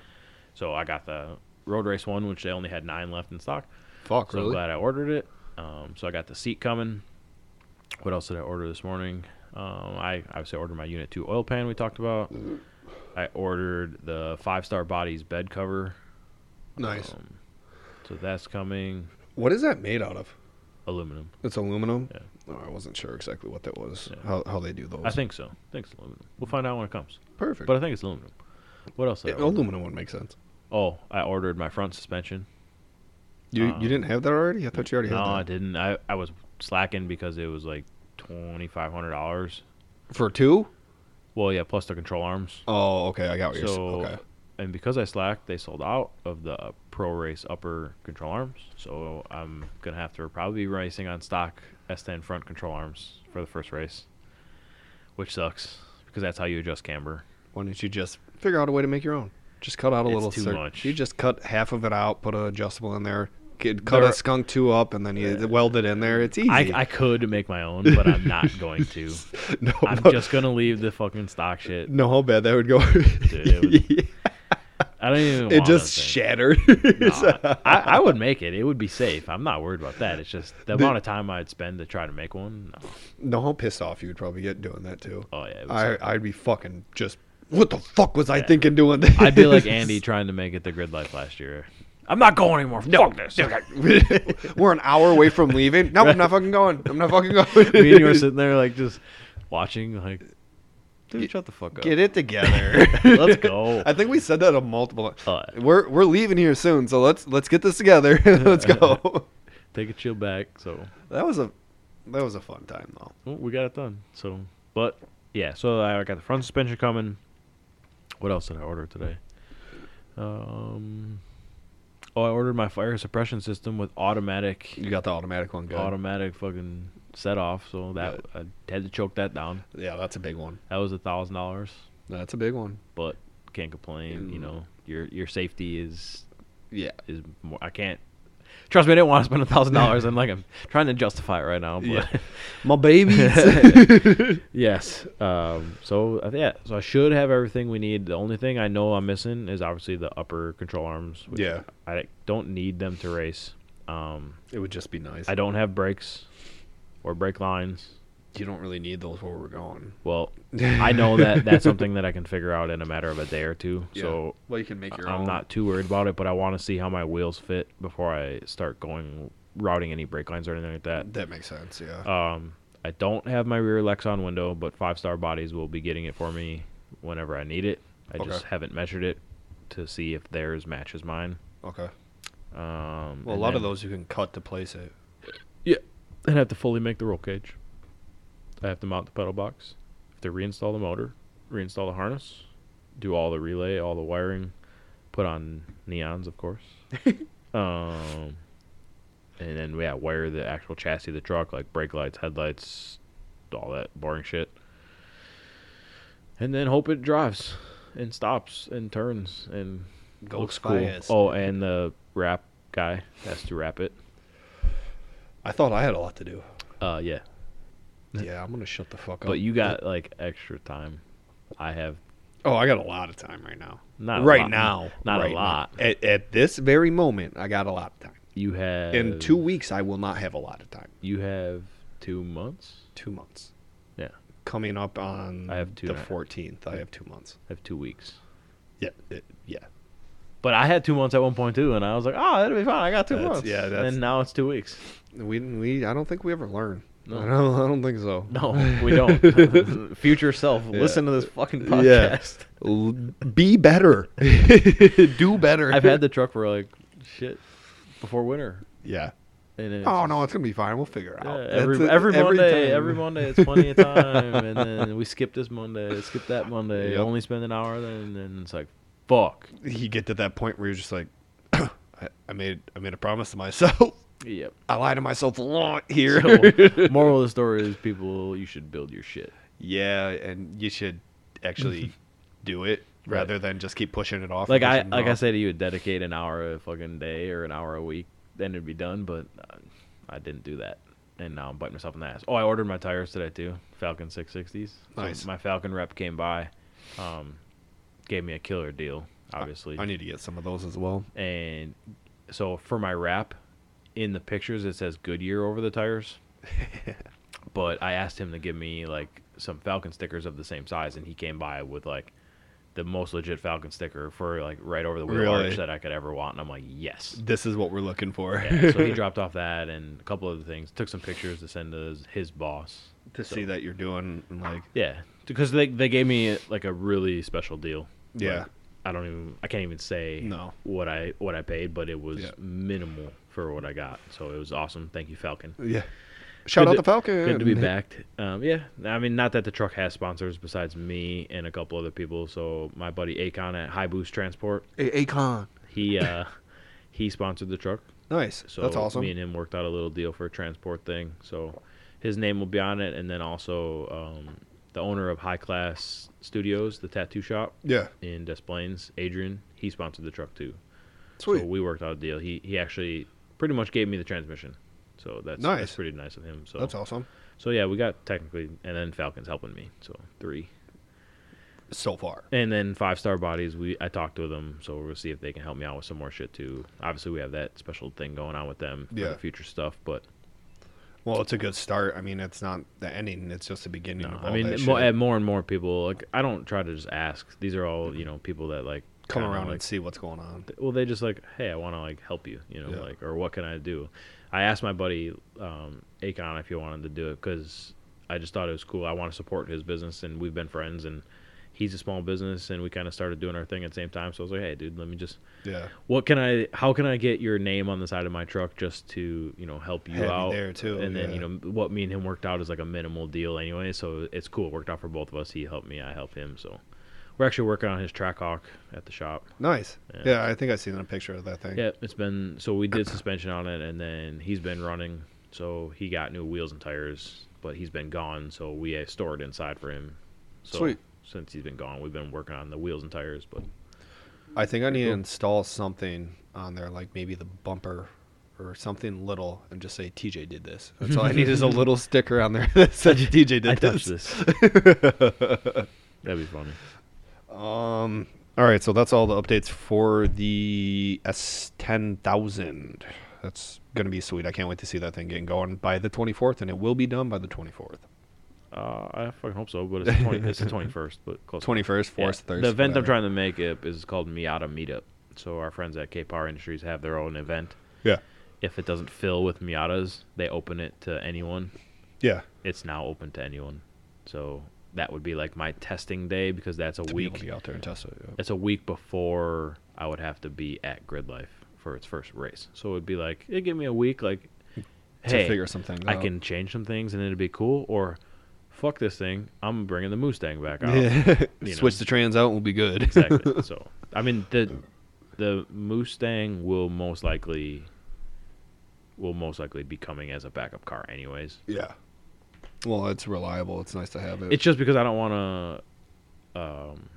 [SPEAKER 2] So I got the road race one, which they only had nine left in stock.
[SPEAKER 1] Fuck,
[SPEAKER 2] So
[SPEAKER 1] really?
[SPEAKER 2] I'm glad I ordered it. Um, so I got the seat coming. What else did I order this morning? Um, I obviously ordered my Unit 2 oil pan we talked about. I ordered the five star bodies bed cover.
[SPEAKER 1] Nice.
[SPEAKER 2] Um, so that's coming.
[SPEAKER 1] What is that made out of?
[SPEAKER 2] Aluminum.
[SPEAKER 1] It's aluminum.
[SPEAKER 2] Yeah.
[SPEAKER 1] Oh, I wasn't sure exactly what that was.
[SPEAKER 2] Yeah.
[SPEAKER 1] How how they do those?
[SPEAKER 2] I think so. I think it's aluminum. We'll find out when it comes.
[SPEAKER 1] perfect.
[SPEAKER 2] But I think it's aluminum. What else? Did
[SPEAKER 1] Yeah,
[SPEAKER 2] I order?
[SPEAKER 1] aluminum would make sense.
[SPEAKER 2] Oh, I ordered my front suspension.
[SPEAKER 1] You
[SPEAKER 2] Um,
[SPEAKER 1] you didn't have that already? I thought you already
[SPEAKER 2] No,
[SPEAKER 1] had
[SPEAKER 2] I
[SPEAKER 1] that
[SPEAKER 2] didn't. I, I was slacking because it was like twenty five hundred dollars.
[SPEAKER 1] for two.
[SPEAKER 2] Well, yeah, plus the control arms.
[SPEAKER 1] Oh, okay. I got what you're
[SPEAKER 2] So,
[SPEAKER 1] saying. Okay.
[SPEAKER 2] and because I slacked, they sold out of the pro race upper control arms. So I'm gonna have to probably be racing on stock S10 front control arms for the first race, which sucks because that's how you adjust camber.
[SPEAKER 1] Why don't you just figure out a way to make your own? Just cut out a
[SPEAKER 2] It's
[SPEAKER 1] little.
[SPEAKER 2] too
[SPEAKER 1] cir-
[SPEAKER 2] much.
[SPEAKER 1] You just cut half of it out, put an adjustable in there, get, cut
[SPEAKER 2] There-
[SPEAKER 1] a skunk two up, and then you weld it in there. It's easy.
[SPEAKER 2] I, I could make my own, but I'm not going to.
[SPEAKER 1] [LAUGHS] no, [LAUGHS]
[SPEAKER 2] I'm
[SPEAKER 1] no,
[SPEAKER 2] just gonna leave the fucking stock shit.
[SPEAKER 1] no, how bad that would go. [LAUGHS]
[SPEAKER 2] it I don't even.
[SPEAKER 1] it just
[SPEAKER 2] want those things.
[SPEAKER 1] shattered. [LAUGHS] uh,
[SPEAKER 2] Nah, I, I would make it. It would be safe. I'm not worried about that. It's just the amount of time I'd spend to try to make one. no.
[SPEAKER 1] no, how pissed off you would probably get doing that too.
[SPEAKER 2] Oh yeah. it would
[SPEAKER 1] I
[SPEAKER 2] suck.
[SPEAKER 1] I'd be fucking just. What the fuck was I thinking doing this?
[SPEAKER 2] I'd be
[SPEAKER 1] [LAUGHS]
[SPEAKER 2] like Andy trying to make it to grid life last year. I'm not going anymore.
[SPEAKER 1] [LAUGHS]
[SPEAKER 2] Fuck this.
[SPEAKER 1] We're an hour away from leaving. No, I'm not fucking going. I'm not fucking
[SPEAKER 2] [LAUGHS] Me and you were
[SPEAKER 1] going.
[SPEAKER 2] sitting there like just watching like, dude, shut the fuck up.
[SPEAKER 1] Get it together.
[SPEAKER 2] [LAUGHS] Let's go.
[SPEAKER 1] I think we said that a multiple.
[SPEAKER 2] Uh,
[SPEAKER 1] we're we're leaving here soon, so let's let's get this together. [LAUGHS] let's
[SPEAKER 2] [LAUGHS]
[SPEAKER 1] go.
[SPEAKER 2] Take a chill back. So
[SPEAKER 1] that was a that was a fun time though.
[SPEAKER 2] well, we got it done. So, but yeah. So I got the front suspension coming. What else did I order today? Um. Oh, I ordered my fire suppression system with automatic
[SPEAKER 1] You got the automatic one, good.
[SPEAKER 2] automatic fucking set off. So that I had to choke that down.
[SPEAKER 1] yeah, that's a big one.
[SPEAKER 2] That was a thousand dollars,
[SPEAKER 1] That's a big one.
[SPEAKER 2] but can't complain. You
[SPEAKER 1] Mm.
[SPEAKER 2] know, your your safety is
[SPEAKER 1] Yeah,
[SPEAKER 2] is more. I can't. Trust me, I didn't want to spend a thousand dollars, and like I'm trying to justify it right now. But [LAUGHS]
[SPEAKER 1] Yeah. my baby.
[SPEAKER 2] yes, um, so I thi- yeah, so I should have everything we need. The only thing I know I'm missing is obviously the upper control arms. which
[SPEAKER 1] Yeah.
[SPEAKER 2] I don't need them to race. Um,
[SPEAKER 1] it would just be nice.
[SPEAKER 2] I don't have brakes or brake lines.
[SPEAKER 1] you don't really need those where we're going.
[SPEAKER 2] Well, I know that that's something that I can figure out in a matter of a day
[SPEAKER 1] [LAUGHS]
[SPEAKER 2] or two. So
[SPEAKER 1] well, you can make your
[SPEAKER 2] I'm
[SPEAKER 1] own.
[SPEAKER 2] not too worried about it, but I want to see how my wheels fit before I start going routing any brake lines or anything like that.
[SPEAKER 1] That makes sense. Yeah.
[SPEAKER 2] Um, I don't have my rear Lexon window, but five star bodies will be getting it for me whenever I need it. I just
[SPEAKER 1] Okay.
[SPEAKER 2] haven't measured it to see if theirs matches mine.
[SPEAKER 1] okay.
[SPEAKER 2] Um,
[SPEAKER 1] Well, a
[SPEAKER 2] and
[SPEAKER 1] lot of
[SPEAKER 2] then
[SPEAKER 1] those you can cut to place it.
[SPEAKER 2] I'd have to fully make the roll cage. I have to mount the pedal box. Have to reinstall the motor, reinstall the harness, do all the relay, all the wiring, put on neons, of course. um, and then yeah, wire the actual chassis of the truck, like brake lights, headlights, all that boring shit. And then hope it drives and stops and turns and
[SPEAKER 1] Go
[SPEAKER 2] looks
[SPEAKER 1] spy
[SPEAKER 2] cool.
[SPEAKER 1] us.
[SPEAKER 2] Oh, and the wrap guy has to wrap it.
[SPEAKER 1] I thought I had a lot to do.
[SPEAKER 2] Uh, yeah.
[SPEAKER 1] Yeah, I'm gonna shut the fuck up.
[SPEAKER 2] But you got like extra time. I have
[SPEAKER 1] Oh, I got a lot of time right now.
[SPEAKER 2] not a
[SPEAKER 1] right
[SPEAKER 2] lot-
[SPEAKER 1] now.
[SPEAKER 2] Not
[SPEAKER 1] right now.
[SPEAKER 2] a lot.
[SPEAKER 1] At, at this very moment, I got a lot of time.
[SPEAKER 2] You have
[SPEAKER 1] In two weeks, I will not have a lot of time.
[SPEAKER 2] You have two months.
[SPEAKER 1] Two months.
[SPEAKER 2] Yeah,
[SPEAKER 1] Coming up on
[SPEAKER 2] I have two
[SPEAKER 1] the
[SPEAKER 2] and a-
[SPEAKER 1] 14th, I have two months.
[SPEAKER 2] I have two weeks.
[SPEAKER 1] Yeah, it- yeah.
[SPEAKER 2] But I had two months at one point too, and I was like, "Oh, that'll be fine. I got two
[SPEAKER 1] That's-
[SPEAKER 2] months."
[SPEAKER 1] yeah, that's-
[SPEAKER 2] and now it's two weeks.
[SPEAKER 1] We we I don't think we ever learn. [LAUGHS] I,
[SPEAKER 2] No,
[SPEAKER 1] don't, I don't think so.
[SPEAKER 2] no, we don't.
[SPEAKER 3] Future self,
[SPEAKER 1] Yeah.
[SPEAKER 3] listen to this fucking
[SPEAKER 1] Yeah.
[SPEAKER 3] podcast.
[SPEAKER 1] L- Be better. [LAUGHS] Do better.
[SPEAKER 2] I've had the truck where like shit before winter,
[SPEAKER 1] Yeah.
[SPEAKER 2] and it's
[SPEAKER 1] Oh no, it's gonna be fine. We'll figure it
[SPEAKER 2] Yeah,
[SPEAKER 1] out.
[SPEAKER 2] every,
[SPEAKER 1] That's it,
[SPEAKER 2] every Monday,
[SPEAKER 1] time.
[SPEAKER 2] every Monday, it's plenty
[SPEAKER 1] [LAUGHS]
[SPEAKER 2] of time, and then we skip this Monday, skip that Monday,
[SPEAKER 1] Yep.
[SPEAKER 2] only spend an hour, then and then it's like, fuck.
[SPEAKER 1] you get to that point where you're just like, [CLEARS THROAT] I, I made I made a promise to myself. [LAUGHS]
[SPEAKER 2] Yep.
[SPEAKER 1] I lied to myself a lot [LAUGHS] here.
[SPEAKER 2] So, moral of the story is, people, you should build your shit.
[SPEAKER 1] yeah, and you should
[SPEAKER 2] [LAUGHS]
[SPEAKER 1] actually do it rather than just keep pushing it off.
[SPEAKER 2] Like
[SPEAKER 1] and
[SPEAKER 2] I,
[SPEAKER 1] pushing it
[SPEAKER 2] like I
[SPEAKER 1] off.
[SPEAKER 2] said to you, dedicate an hour a fucking day or an hour a week, then it'd be done. But uh, I didn't do that, and now I'm biting myself in the ass. Oh, I ordered my tires today too, Falcon 660s. So
[SPEAKER 1] Nice.
[SPEAKER 2] My Falcon rep came by, um, gave me a killer deal. Obviously,
[SPEAKER 1] I need to get some of those as
[SPEAKER 2] [LAUGHS]
[SPEAKER 1] well. [LAUGHS]
[SPEAKER 2] and so for my wrap in the pictures it says goodyear over the tires but i asked him to give me like some falcon stickers of the same size and he came by with like the most legit falcon sticker for like right over the wheel
[SPEAKER 1] Really?
[SPEAKER 2] arch that i could ever want and i'm like yes
[SPEAKER 1] This is what we're looking for.
[SPEAKER 2] yeah, so he dropped off that and a couple other things took some pictures to send to his- his boss
[SPEAKER 1] [LAUGHS] to see that you're doing and like
[SPEAKER 2] yeah because they, they gave me like a really special deal
[SPEAKER 1] Yeah.
[SPEAKER 2] Like, I don't even I can't even say
[SPEAKER 1] No.
[SPEAKER 2] what I what I paid, but it was
[SPEAKER 1] Yeah.
[SPEAKER 2] minimal for what I got. So it was awesome. Thank you, Falcon.
[SPEAKER 1] yeah. Shout
[SPEAKER 2] Good
[SPEAKER 1] out
[SPEAKER 2] to-
[SPEAKER 1] to Falcon.
[SPEAKER 2] Good to be backed. Um, yeah, I mean, not that the truck has sponsors besides me and a couple other people. So my buddy Akon at High Boost Transport,
[SPEAKER 1] Hey, Akon. [LAUGHS]
[SPEAKER 2] he uh, he sponsored the truck.
[SPEAKER 1] Nice.
[SPEAKER 2] So
[SPEAKER 1] That's awesome.
[SPEAKER 2] Me and him worked out a little deal for a transport thing. So his name will be on it, and then also um, the owner of High Class Studios, the tattoo shop
[SPEAKER 1] yeah.
[SPEAKER 2] in Des Plaines, Adrian, he sponsored the truck too.
[SPEAKER 1] Sweet.
[SPEAKER 2] So we worked out a deal. He he actually pretty much gave me the transmission. So that's that's
[SPEAKER 1] Nice.
[SPEAKER 2] pretty nice of him. So
[SPEAKER 1] That's awesome.
[SPEAKER 2] so yeah, we got technically and then Falcons helping me. So three.
[SPEAKER 1] So far.
[SPEAKER 2] And then five star bodies, we I talked with them, so we'll see if they can help me out with some more shit too. Obviously we have that special thing going on with them for
[SPEAKER 1] Yeah.
[SPEAKER 2] the future stuff, but
[SPEAKER 1] Well, it's a good start. I mean, it's not the ending. It's just the beginning.
[SPEAKER 2] no,
[SPEAKER 1] of all
[SPEAKER 2] uh, I mean
[SPEAKER 1] that
[SPEAKER 2] mo-
[SPEAKER 1] shit.
[SPEAKER 2] and more and more people like I don't try to just ask. These are all, you know, people that like
[SPEAKER 1] come
[SPEAKER 2] kinda,
[SPEAKER 1] around
[SPEAKER 2] like,
[SPEAKER 1] and see what's going on.
[SPEAKER 2] well they just like hey i want to like help you you know
[SPEAKER 1] Yeah.
[SPEAKER 2] like or what can i do i asked my buddy um akon if he wanted to do it because i just thought it was cool i want to support his business and we've been friends and he's a small business and we kind of started doing our thing at the same time so i was like hey dude let me just
[SPEAKER 1] Yeah,
[SPEAKER 2] what can i how can i get your name on the side of my truck just to you know help you
[SPEAKER 1] Have you
[SPEAKER 2] out
[SPEAKER 1] there, too,
[SPEAKER 2] and then
[SPEAKER 1] yeah.
[SPEAKER 2] you know what me and him worked out is like a minimal deal anyway so it's cool it worked out for both of us he helped me i helped him so we're actually working on his track hawk at the shop
[SPEAKER 1] nice.
[SPEAKER 2] Yeah.
[SPEAKER 1] Yeah, I think I seen a picture of that thing.
[SPEAKER 2] yeah, it's been so we did suspension on it, and then he's been running, so he got new wheels and tires, but he's been gone, so we uh, stored inside for him. So
[SPEAKER 1] Sweet.
[SPEAKER 2] Since he's been gone, we've been working on the wheels and tires, but
[SPEAKER 1] I think I need to
[SPEAKER 2] cool.
[SPEAKER 1] install something on there, like maybe the bumper or something little, and just say TJ did this. That's all I need
[SPEAKER 2] [LAUGHS]
[SPEAKER 1] is a little sticker on there [LAUGHS] that says TJ did
[SPEAKER 2] I
[SPEAKER 1] this.
[SPEAKER 2] touched this.
[SPEAKER 1] [LAUGHS]
[SPEAKER 2] That'd be funny.
[SPEAKER 1] Um. All right, so that's all the updates for the S ten thousand. That's gonna be sweet. I can't wait to see that thing getting going by the twenty fourth, and it will be done by the twenty fourth.
[SPEAKER 2] Uh, I fucking hope so, but it's the 20, it's
[SPEAKER 1] [LAUGHS]
[SPEAKER 2] the twenty first, but close.
[SPEAKER 1] Twenty first,
[SPEAKER 2] Yeah,
[SPEAKER 1] fourth, Thursday.
[SPEAKER 2] The event I'm trying to make up is called Miata Meetup. So our friends at K Power Industries have their own event.
[SPEAKER 1] Yeah.
[SPEAKER 2] If it doesn't fill with Miatas, they open it to anyone.
[SPEAKER 1] Yeah.
[SPEAKER 2] it's now open to anyone. So that would be like my testing day because that's a
[SPEAKER 1] To be able to
[SPEAKER 2] week.
[SPEAKER 1] be out there and test it. yeah.
[SPEAKER 2] That's a week before I would have to be at Grid Life for its first race. So it would be like it give me a week like hey,
[SPEAKER 1] to figure some things
[SPEAKER 2] I
[SPEAKER 1] out. [LAUGHS]
[SPEAKER 2] can change some things and it'd be cool or fuck this thing, I'm bringing the Mustang back out.
[SPEAKER 1] [LAUGHS] Yeah.
[SPEAKER 2] you know.
[SPEAKER 1] switch the trans out and we'll be good.
[SPEAKER 2] exactly. So I mean the the Mustang will most likely will most likely be coming as a backup car anyways.
[SPEAKER 1] [LAUGHS] yeah. Well, it's reliable. It's nice to have it.
[SPEAKER 2] It's just because I don't want to. Um,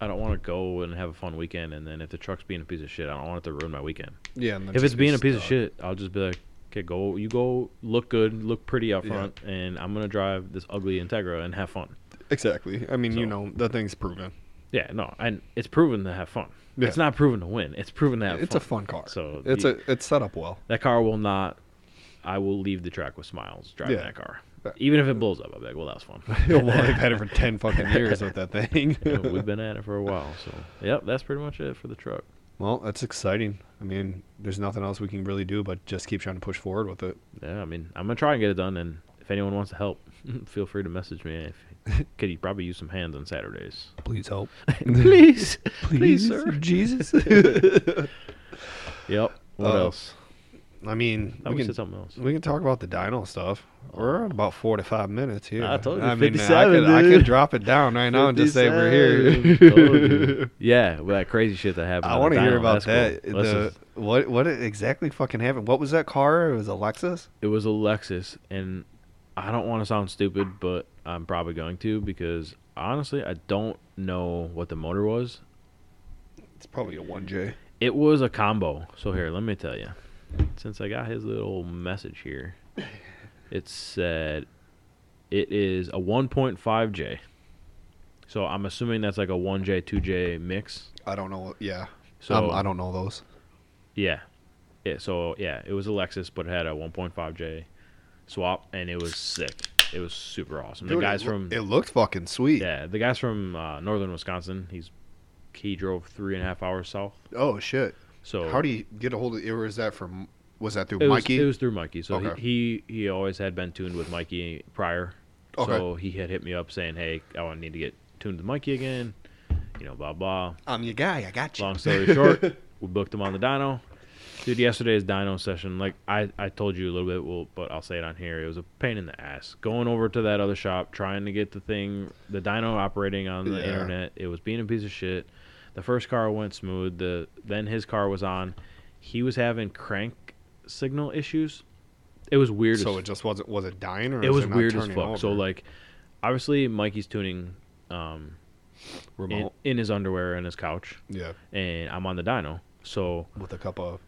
[SPEAKER 2] I don't want to go and have a fun weekend, and then if the truck's being a piece of shit, I don't want it to ruin my weekend.
[SPEAKER 1] yeah. and then
[SPEAKER 2] if
[SPEAKER 1] just
[SPEAKER 2] it's
[SPEAKER 1] be
[SPEAKER 2] being a piece of
[SPEAKER 1] stuck.
[SPEAKER 2] shit, I'll just be like, "Okay, go. You go. Look good. Look pretty up
[SPEAKER 1] Yeah.
[SPEAKER 2] front, and I'm gonna drive this ugly Integra and have fun."
[SPEAKER 1] Exactly. I mean, you
[SPEAKER 2] So-
[SPEAKER 1] know, that thing's proven.
[SPEAKER 2] Yeah, no, and it's proven to have fun.
[SPEAKER 1] Yeah.
[SPEAKER 2] It's not proven to win. It's proven to have.
[SPEAKER 1] It's
[SPEAKER 2] fun.
[SPEAKER 1] a fun car.
[SPEAKER 2] So
[SPEAKER 1] it's
[SPEAKER 2] the-
[SPEAKER 1] a it's set up well.
[SPEAKER 2] that car will not. I will leave the track with smiles driving
[SPEAKER 1] Yeah.
[SPEAKER 2] that car,
[SPEAKER 1] Yeah.
[SPEAKER 2] even if it blows up. I'll be like, "Well, that was fun."
[SPEAKER 1] well, I've had [LAUGHS] it for
[SPEAKER 2] [LAUGHS]
[SPEAKER 1] ten fucking years with that thing. [LAUGHS]
[SPEAKER 2] Yeah, we've been at it for a while, so yep, that's pretty much it for the truck.
[SPEAKER 1] Well, that's exciting. I mean, there's nothing else we can really do but just keep trying to push forward with it.
[SPEAKER 2] Yeah, I mean, I'm gonna try and get it done. And if anyone wants to help, [LAUGHS] feel free to message me.
[SPEAKER 1] [LAUGHS]
[SPEAKER 2] If could you probably use some hands on Saturdays?
[SPEAKER 1] Please [LAUGHS] help.
[SPEAKER 2] [LAUGHS] please, please,
[SPEAKER 1] [LAUGHS]
[SPEAKER 2] sir. [LAUGHS]
[SPEAKER 1] Jesus.
[SPEAKER 2] Yep. What
[SPEAKER 1] Uh,
[SPEAKER 2] else?
[SPEAKER 1] I mean,
[SPEAKER 2] I
[SPEAKER 1] we
[SPEAKER 2] we
[SPEAKER 1] can,
[SPEAKER 2] said something else.
[SPEAKER 1] we can talk about the dino stuff. We're at about four to five minutes here.
[SPEAKER 2] Oh. I told you,
[SPEAKER 1] I mean, I
[SPEAKER 2] 57,
[SPEAKER 1] could, I could
[SPEAKER 2] dude.
[SPEAKER 1] drop it down right now and just say we're here. [LAUGHS]
[SPEAKER 2] 57. Told you. yeah, with that crazy shit that happened.
[SPEAKER 1] I
[SPEAKER 2] want to
[SPEAKER 1] hear about
[SPEAKER 2] That's cool.
[SPEAKER 1] that.
[SPEAKER 2] Let's
[SPEAKER 1] The-
[SPEAKER 2] just-
[SPEAKER 1] what what exactly fucking happened? What was that car? It was a Lexus.
[SPEAKER 2] it was a Lexus, and I don't want to sound stupid, but I'm probably going to because honestly, I don't know what the motor was.
[SPEAKER 1] It's probably a one J.
[SPEAKER 2] It was a combo. So here, let me tell you. Since I got his little message here, it said it is a 1.5J. So I'm assuming that's like a 1J 2J mix.
[SPEAKER 1] I don't know. what- Yeah,
[SPEAKER 2] So
[SPEAKER 1] I'm- I don't know those.
[SPEAKER 2] yeah. Yeah, so yeah, it was a Lexus, but it had a 1.5J swap, and it was sick. It was super awesome. The
[SPEAKER 1] Dude,
[SPEAKER 2] guys
[SPEAKER 1] it, loo-
[SPEAKER 2] from
[SPEAKER 1] it looked fucking sweet.
[SPEAKER 2] yeah, the guys from uh, northern Wisconsin. He's he drove three and a half hours south.
[SPEAKER 1] Oh shit!
[SPEAKER 2] So
[SPEAKER 1] How do you get a hold of? Or is that from? Was that through
[SPEAKER 2] it
[SPEAKER 1] Mikey?
[SPEAKER 2] Was, it was through Mikey. So
[SPEAKER 1] Okay.
[SPEAKER 2] he, he he always had been tuned with Mikey prior. So he had hit me up saying, "Hey, I want- need to get tuned with Mikey again." You know, blah blah.
[SPEAKER 1] I'm your guy. I got
[SPEAKER 2] Long story
[SPEAKER 1] [LAUGHS]
[SPEAKER 2] short, we booked him on the dyno. Dude, yesterday's dyno session, like I, I told you a little bit, well, but I'll say it on here. It was a pain in the ass. Going over to that other shop, trying to get the thing, the dyno operating on the
[SPEAKER 1] Yeah.
[SPEAKER 2] internet. It was being a piece of shit. The first car went smooth. The then his car was on. He was having crank signal issues. It was weird. as
[SPEAKER 1] So it just wasn't was it dying or
[SPEAKER 2] it
[SPEAKER 1] is
[SPEAKER 2] was
[SPEAKER 1] it not
[SPEAKER 2] weird as
[SPEAKER 1] turning
[SPEAKER 2] fuck. So
[SPEAKER 1] over?
[SPEAKER 2] like, obviously Mikey's tuning, um, in,
[SPEAKER 1] remote
[SPEAKER 2] in his underwear and his couch,
[SPEAKER 1] yeah
[SPEAKER 2] and I'm on the dyno. So
[SPEAKER 1] with a cup of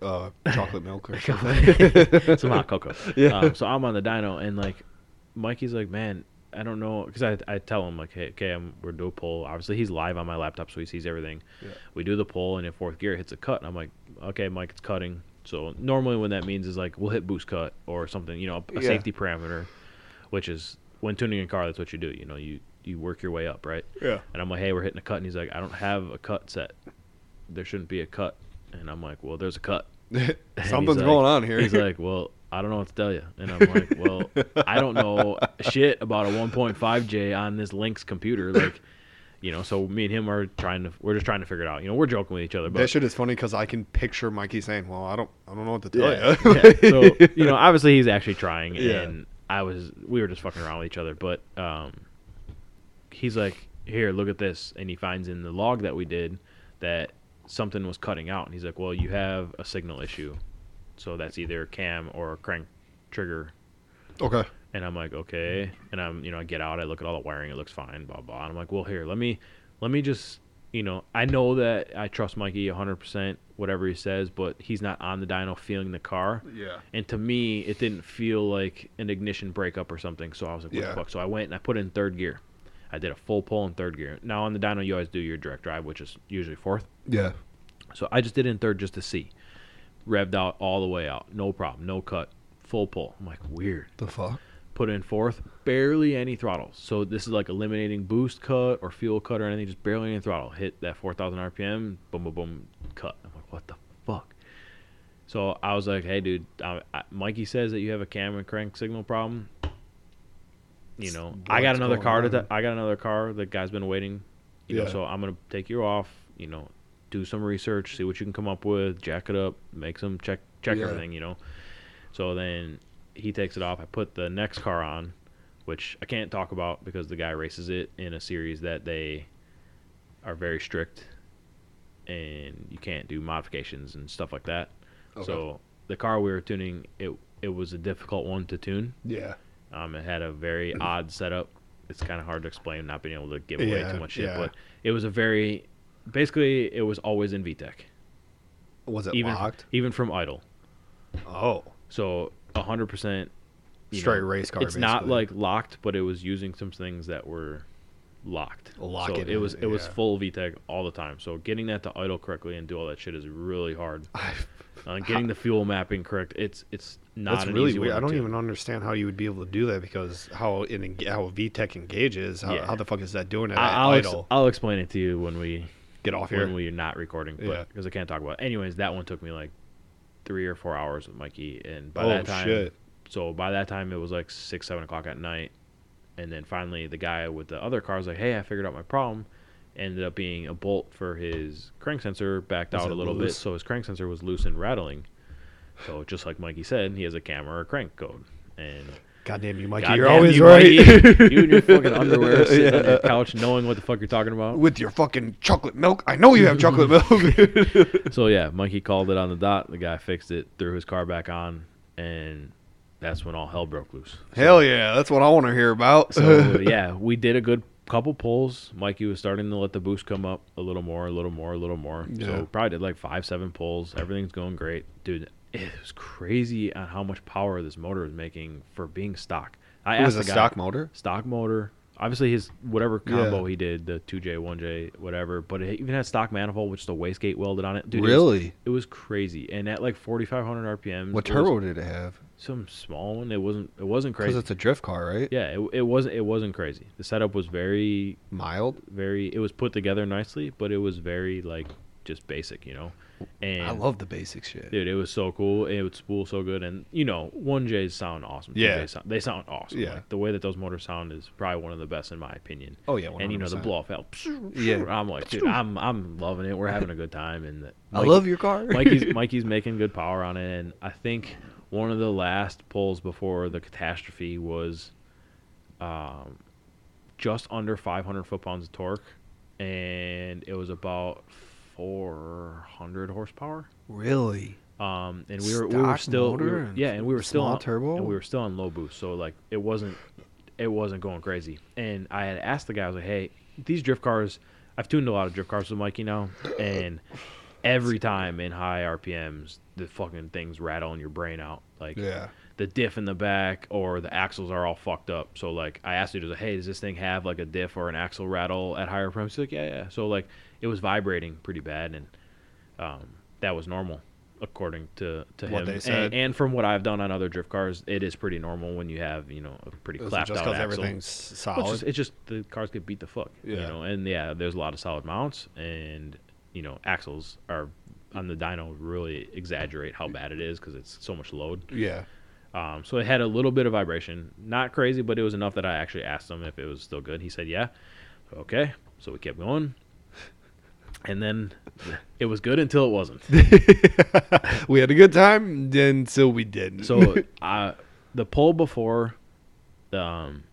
[SPEAKER 1] uh, chocolate milk
[SPEAKER 2] [LAUGHS]
[SPEAKER 1] or something. [LAUGHS]
[SPEAKER 2] some hot cocoa.
[SPEAKER 1] Yeah.
[SPEAKER 2] Um, so I'm on the dyno, and like, Mikey's like, man, I don't know, because I, I tell him like, hey, okay, I'm, we're do a pull. Obviously, he's live on my laptop, so he sees everything.
[SPEAKER 1] Yeah.
[SPEAKER 2] We do the pull, and in fourth gear, it hits a cut, and I'm like, okay, Mike, it's cutting. So normally, when that means is like we'll hit boost cut or something, you know, a,
[SPEAKER 1] Yeah.
[SPEAKER 2] a safety parameter, which is when tuning a car, that's what you do. You know, you you work your way up, right?
[SPEAKER 1] yeah.
[SPEAKER 2] And I'm like, hey, we're hitting a cut. And he's like, I don't have a cut set. There shouldn't be a cut. And I'm like, well, there's
[SPEAKER 1] [LAUGHS]
[SPEAKER 2] a cut. And [LAUGHS] he's
[SPEAKER 1] Something's
[SPEAKER 2] like-
[SPEAKER 1] going on here.
[SPEAKER 2] He's
[SPEAKER 1] [LAUGHS]
[SPEAKER 2] like, well, I don't know what to tell you. And I'm like, well, I don't know shit about a 1.5J on this Lynx computer. Like, you know, so me and him are trying to, we're just trying to figure it out. You know, we're joking with each other,
[SPEAKER 1] that
[SPEAKER 2] but
[SPEAKER 1] shit is funny because I can picture Mikey saying, "Well, I don't, I don't know what to tell
[SPEAKER 2] Oh, yeah.
[SPEAKER 1] you."
[SPEAKER 2] yeah.
[SPEAKER 1] [LAUGHS]
[SPEAKER 2] So you know, obviously he's actually trying,
[SPEAKER 1] Yeah.
[SPEAKER 2] and I was we were just fucking around with each other. But um, he's like, "Here, look at this," and he finds in the log that we did that something was cutting out, and he's like, "Well, you have a signal issue, so that's either cam or crank trigger."
[SPEAKER 1] okay.
[SPEAKER 2] And I'm like, "Okay," and I'm you know I get out, I look at all the wiring, it looks fine, blah blah. And I'm like, "Well, here, let me let me just." You know, I know that I trust Mikey 100%, whatever he says, but he's not on the dyno feeling the car.
[SPEAKER 1] Yeah.
[SPEAKER 2] And to me, it didn't feel like an ignition breakup or something. So I was like, what
[SPEAKER 1] Yeah.
[SPEAKER 2] the fuck? So I went and I put it in third gear. I did a full pull in third gear. Now on the dyno, you always do your direct drive, which is usually fourth.
[SPEAKER 1] Yeah.
[SPEAKER 2] So I just did it in third just to see. Revved out all the way out. No problem. No cut. Full pull. I'm like, weird.
[SPEAKER 1] The fuck.
[SPEAKER 2] Put in fourth. Barely any throttle. So this is like eliminating boost cut or fuel cut or anything. Just barely any throttle. Hit that 4,000 RPM. Boom, boom, boom. Cut. I'm like, what the fuck? So I was like, "Hey, dude, I, I, Mikey says that you have a camera crank signal problem. You know, I got
[SPEAKER 1] What's
[SPEAKER 2] another
[SPEAKER 1] going
[SPEAKER 2] car. To
[SPEAKER 1] on?
[SPEAKER 2] th- I got another car. The guy's been waiting. You
[SPEAKER 1] Yeah.
[SPEAKER 2] know, so I'm gonna take you off. You know, do some research, see what you can come up with, jack it up, make some check check
[SPEAKER 1] Yeah.
[SPEAKER 2] everything. You know, so then he takes it off. I put the next car on, which I can't talk about because the guy races it in a series that they are very strict and you can't do modifications and stuff like that.
[SPEAKER 1] Okay.
[SPEAKER 2] So the car we were tuning, it it was a difficult one to tune.
[SPEAKER 1] Yeah.
[SPEAKER 2] Um, it had a
[SPEAKER 1] [LAUGHS]
[SPEAKER 2] very odd setup. It's kind of hard to explain, not being able to give away
[SPEAKER 1] Yeah,
[SPEAKER 2] too much shit.
[SPEAKER 1] yeah.
[SPEAKER 2] But it was a very, basically, it was always in VTEC,
[SPEAKER 1] Was it
[SPEAKER 2] even
[SPEAKER 1] locked?
[SPEAKER 2] even from idle.
[SPEAKER 1] Oh,
[SPEAKER 2] So hundred percent you
[SPEAKER 1] straight
[SPEAKER 2] know,
[SPEAKER 1] race car.
[SPEAKER 2] it's not
[SPEAKER 1] basically.
[SPEAKER 2] like locked, but it was using some things that were locked.
[SPEAKER 1] Lock
[SPEAKER 2] so
[SPEAKER 1] it
[SPEAKER 2] it,
[SPEAKER 1] in,
[SPEAKER 2] was it was
[SPEAKER 1] yeah.
[SPEAKER 2] full VTEC all the time. So getting that to idle correctly and do all that shit is really hard. Uh, getting the fuel mapping correct, it's it's not
[SPEAKER 1] That's
[SPEAKER 2] an
[SPEAKER 1] really
[SPEAKER 2] easy
[SPEAKER 1] weird.
[SPEAKER 2] one
[SPEAKER 1] I don't
[SPEAKER 2] to-
[SPEAKER 1] even understand how you would be able to do that because how it enga- how VTech engages. How,
[SPEAKER 2] Yeah.
[SPEAKER 1] how the fuck is that doing it?
[SPEAKER 2] I,
[SPEAKER 1] at
[SPEAKER 2] I'll ex-
[SPEAKER 1] idle?
[SPEAKER 2] I'll explain it to you when we
[SPEAKER 1] Get off
[SPEAKER 2] when
[SPEAKER 1] here.
[SPEAKER 2] we're not recording,
[SPEAKER 1] Yeah.
[SPEAKER 2] but because I can't talk about. It. Anyways, that one took me like three or four hours with Mikey, and by
[SPEAKER 1] oh
[SPEAKER 2] that time,
[SPEAKER 1] shit.
[SPEAKER 2] so by that time it was like six, seven o'clock at night, and then finally the guy with the other car was like, "Hey, I figured out my problem." Ended up being a bolt for his crank sensor backed
[SPEAKER 1] Was
[SPEAKER 2] out
[SPEAKER 1] it
[SPEAKER 2] a little bit,
[SPEAKER 1] loose?
[SPEAKER 2] so his crank sensor was loose and rattling. So just like Mikey said, he has a camera or crank code, and
[SPEAKER 1] Goddamn you, Mikey.
[SPEAKER 2] God
[SPEAKER 1] you're
[SPEAKER 2] damn
[SPEAKER 1] always
[SPEAKER 2] you,
[SPEAKER 1] right.
[SPEAKER 2] Mikey. you and
[SPEAKER 1] [LAUGHS]
[SPEAKER 2] your fucking underwear sitting on
[SPEAKER 1] Yeah.
[SPEAKER 2] your couch, knowing what the fuck you're talking
[SPEAKER 1] [LAUGHS]
[SPEAKER 2] about.
[SPEAKER 1] With your fucking chocolate milk. I know you have
[SPEAKER 2] [LAUGHS]
[SPEAKER 1] chocolate milk. [LAUGHS]
[SPEAKER 2] So yeah, Mikey called it on the dot. The guy fixed it, threw his car back on, and that's when all hell broke loose.
[SPEAKER 1] Hell yeah, that's what I want to hear about. [LAUGHS]
[SPEAKER 2] So yeah, we did a good couple pulls. Mikey was starting to let the boost come up a little more, a little more, a little more.
[SPEAKER 1] Yeah.
[SPEAKER 2] So probably did like five, seven pulls. Everything's going great, dude. It was crazy on how much power this motor was making for being stock. I
[SPEAKER 1] it
[SPEAKER 2] asked
[SPEAKER 1] was a
[SPEAKER 2] the guy,
[SPEAKER 1] stock motor.
[SPEAKER 2] stock motor. Obviously, his whatever
[SPEAKER 1] Yeah.
[SPEAKER 2] combo he did, the 2J, 1J, whatever, but it even had stock manifold, which is the wastegate welded on it. Dude, it was-
[SPEAKER 1] Really?
[SPEAKER 2] It was, crazy. And at like 4,500 RPMs,
[SPEAKER 1] What
[SPEAKER 2] it was
[SPEAKER 1] turbo did it have?
[SPEAKER 2] Some small one. It wasn't. It wasn't
[SPEAKER 1] Because
[SPEAKER 2] crazy.
[SPEAKER 1] it's a drift car, right?
[SPEAKER 2] yeah, it, it wasn't. It wasn't crazy. The setup was very,
[SPEAKER 1] Mild.
[SPEAKER 2] very. It was put together nicely, but it was very like just basic, you know. And
[SPEAKER 1] I love the basic shit.
[SPEAKER 2] dude, it was so cool. It would spool so good, and you know, one J's sound awesome. 2Js
[SPEAKER 1] Yeah.
[SPEAKER 2] sound, they sound awesome.
[SPEAKER 1] Yeah.
[SPEAKER 2] Like, the way that those motors sound is probably one of the best in my opinion
[SPEAKER 1] Oh yeah,
[SPEAKER 2] and you know the
[SPEAKER 1] 100%.
[SPEAKER 2] blow off valve.
[SPEAKER 1] Yeah.
[SPEAKER 2] I'm like, dude, I'm I'm loving it. We're having a good time, and the-
[SPEAKER 1] I
[SPEAKER 2] Mike-
[SPEAKER 1] love your car.
[SPEAKER 2] [LAUGHS] Mikey's Mikey's making good power on it, and I think one of the last pulls before the catastrophe was, um, just under 500 foot pounds of torque, and it was about 400 horsepower.
[SPEAKER 1] [LAUGHS] really.
[SPEAKER 2] Um, and we were we were
[SPEAKER 1] Stock
[SPEAKER 2] still we
[SPEAKER 1] motor
[SPEAKER 2] were-
[SPEAKER 1] and
[SPEAKER 2] yeah, and we were still
[SPEAKER 1] small
[SPEAKER 2] on
[SPEAKER 1] turbo?
[SPEAKER 2] and we were still on low boost, so like it wasn't it wasn't going crazy. And I had asked the guy, I was like, hey, these drift cars, I've tuned a lot of drift cars with Mikey now, and every time in high RPMs, the fucking things rattling your brain out, like
[SPEAKER 1] Yeah.
[SPEAKER 2] the diff in the back or the axles are all fucked up. So like I asked you, hey, does this thing have like a diff or an axle rattle at higher RPMs? He's like, yeah, yeah. So like it was vibrating pretty bad, and um, that was normal according to to
[SPEAKER 1] What
[SPEAKER 2] him.
[SPEAKER 1] they
[SPEAKER 2] And-
[SPEAKER 1] said.
[SPEAKER 2] And, from what I've done on other drift cars, it is pretty normal when you have you know a pretty
[SPEAKER 1] Is it
[SPEAKER 2] clapped
[SPEAKER 1] just
[SPEAKER 2] out
[SPEAKER 1] because
[SPEAKER 2] axle.
[SPEAKER 1] everything's
[SPEAKER 2] Well,
[SPEAKER 1] solid.
[SPEAKER 2] it's, just, it's just the cars get beat the fuck, you
[SPEAKER 1] Yeah.
[SPEAKER 2] know. And yeah, there's a lot of solid mounts, and you know axles are on the dyno really exaggerate how bad it is because it's so much load.
[SPEAKER 1] yeah.
[SPEAKER 2] Um, so it had a little bit of vibration, not crazy, but it was enough that I actually asked him if it was still good. He said, "Yeah." Okay, so we kept going, and then it was good until it wasn't.
[SPEAKER 1] [LAUGHS] we had a good time until we didn't.
[SPEAKER 2] So I, the poll before, um,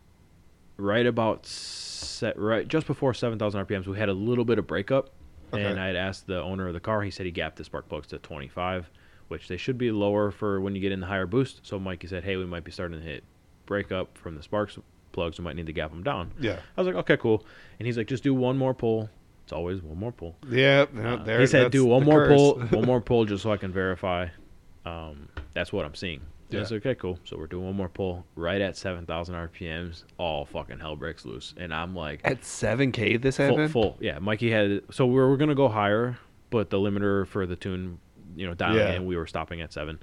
[SPEAKER 2] right about set right just before seven thousand RPMs, we had a little bit of breakup, and
[SPEAKER 1] Okay.
[SPEAKER 2] I had asked the owner of the car. He said he gapped the spark plugs to twenty five, which they should be lower for when you get in the higher boost. So Mikey said, "Hey, we might be starting to hit breakup from the sparks plugs. We might need to gap them down."
[SPEAKER 1] yeah.
[SPEAKER 2] I was like, "Okay, cool," and he's like, "Just do one more pull." It's always one more pull.
[SPEAKER 1] Yeah.
[SPEAKER 2] Uh,
[SPEAKER 1] no, there,
[SPEAKER 2] he said,
[SPEAKER 1] that's
[SPEAKER 2] "Do one
[SPEAKER 1] the
[SPEAKER 2] more
[SPEAKER 1] curse.
[SPEAKER 2] pull,
[SPEAKER 1] [LAUGHS]
[SPEAKER 2] one more pull, just so I can verify." Um, that's what I'm seeing.
[SPEAKER 1] Yeah.
[SPEAKER 2] Yeah. That's okay, cool. So we're doing one more pull, right at seven thousand RPMs. All fucking hell breaks loose, and I'm like,
[SPEAKER 1] At 7K this
[SPEAKER 2] full,
[SPEAKER 1] happened?
[SPEAKER 2] full. Yeah, Mikey had. So we were gonna go higher, but the limiter for the tune, you know, dialing
[SPEAKER 1] Yeah.
[SPEAKER 2] in, we were stopping at seven.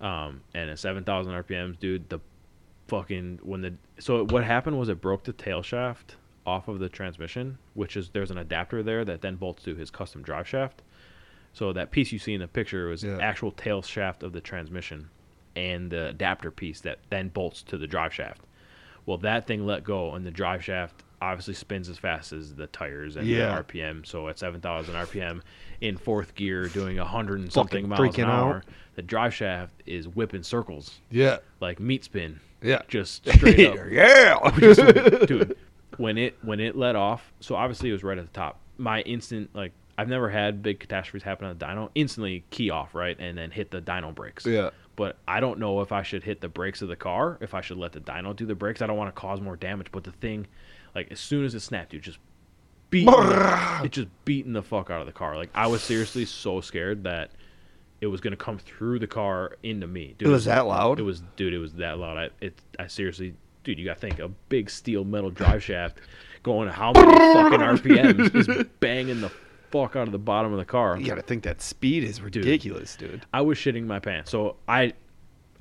[SPEAKER 2] Um, and at seven thousand RPMs, dude, the fucking when the so what happened was it broke the tail shaft off of the transmission, which is there's an adapter there that then bolts to his custom drive shaft. So that piece you see in the picture was
[SPEAKER 1] Yeah.
[SPEAKER 2] actual tail shaft of the transmission, and the adapter piece that then bolts to the drive shaft. Well, that thing let go, and the drive shaft obviously spins as fast as the tires and
[SPEAKER 1] Yeah.
[SPEAKER 2] the RPM. So at 7,000 RPM in fourth gear, doing 100 and something miles
[SPEAKER 1] freaking out.
[SPEAKER 2] an hour, the drive shaft is whipping circles
[SPEAKER 1] [LAUGHS] Yeah.
[SPEAKER 2] like meat spin,
[SPEAKER 1] Yeah. [LAUGHS]
[SPEAKER 2] just straight [LAUGHS] up.
[SPEAKER 1] yeah. [LAUGHS]
[SPEAKER 2] Dude, when it when it let off, so obviously it was right at the top. My instant like I've never had big catastrophes happen on the dyno. Instantly key off right, and then hit the dyno brakes
[SPEAKER 1] yeah.
[SPEAKER 2] but I don't know if I should hit the brakes of the car, if I should let the dyno do the brakes. I don't want to cause more damage, but the thing, like as soon as it snapped, you just beat it just beating the fuck out of the car. Like I was seriously so scared that it was gonna come through the car into me. Dude,
[SPEAKER 1] It was that loud?
[SPEAKER 2] It was dude, it was that loud. I it I seriously dude, you gotta think a big steel metal drive shaft going how many fucking RPMs is banging the fuck out of the bottom of the car.
[SPEAKER 1] You got to think that speed is ridiculous, dude.
[SPEAKER 2] I was shitting my pants. So I,